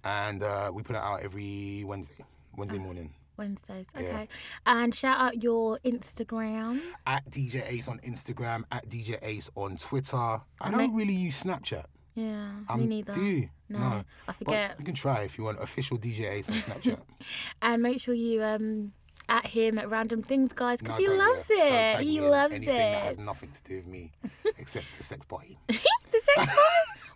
[SPEAKER 1] and uh, we put it out every Wednesday, Wednesday morning.
[SPEAKER 2] Wednesdays. Okay. And shout out your Instagram.
[SPEAKER 1] at DJ Ace on Instagram, at DJ Ace on Twitter. I don't really use Snapchat.
[SPEAKER 2] Yeah.
[SPEAKER 1] Um,
[SPEAKER 2] me neither.
[SPEAKER 1] Do you?
[SPEAKER 2] No, I
[SPEAKER 1] But
[SPEAKER 2] forget.
[SPEAKER 1] you can try if you want official DJ Ace on Snapchat.
[SPEAKER 2] And make sure you um at him at random things, guys,
[SPEAKER 1] No,
[SPEAKER 2] because he
[SPEAKER 1] don't do
[SPEAKER 2] loves
[SPEAKER 1] that. Don't
[SPEAKER 2] it.
[SPEAKER 1] tag me
[SPEAKER 2] He
[SPEAKER 1] in
[SPEAKER 2] loves
[SPEAKER 1] anything that
[SPEAKER 2] it.
[SPEAKER 1] has nothing to do with me except the sex party.
[SPEAKER 2] The sex party.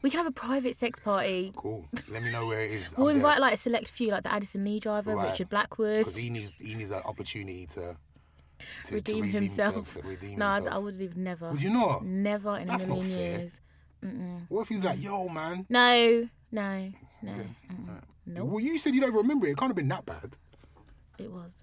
[SPEAKER 2] We can have a private sex party.
[SPEAKER 1] Cool. Let me know where it is.
[SPEAKER 2] We'll invite like a select few, like the Addison Lee driver,
[SPEAKER 1] Right.
[SPEAKER 2] Richard Blackwood.
[SPEAKER 1] because he needs he needs an opportunity to, to to
[SPEAKER 2] redeem himself.
[SPEAKER 1] to redeem
[SPEAKER 2] no, I, Mm.
[SPEAKER 1] himself.
[SPEAKER 2] I would have never.
[SPEAKER 1] Would you not?
[SPEAKER 2] Never in
[SPEAKER 1] That's
[SPEAKER 2] a
[SPEAKER 1] not
[SPEAKER 2] million
[SPEAKER 1] fair.
[SPEAKER 2] years.
[SPEAKER 1] What if he was like, "Yo, man"?
[SPEAKER 2] No, no, no. Mm-mm. Nope.
[SPEAKER 1] Well, you said you don't remember it. It can't have been that bad.
[SPEAKER 2] It was.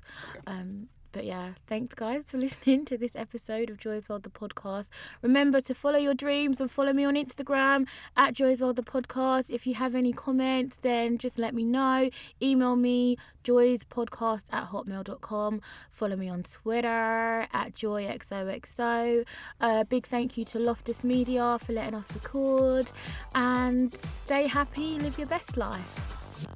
[SPEAKER 2] Um, but yeah, thanks guys for listening to this episode of Joy's World the podcast. Remember to follow your dreams and follow me on Instagram at Joy's World the podcast. If you have any comments, then just let me know. Email me joyspodcast at hotmail.com. Follow me on Twitter at joyxoxo. Uh, big thank you to Loftus Media for letting us record. And stay happy, live your best life.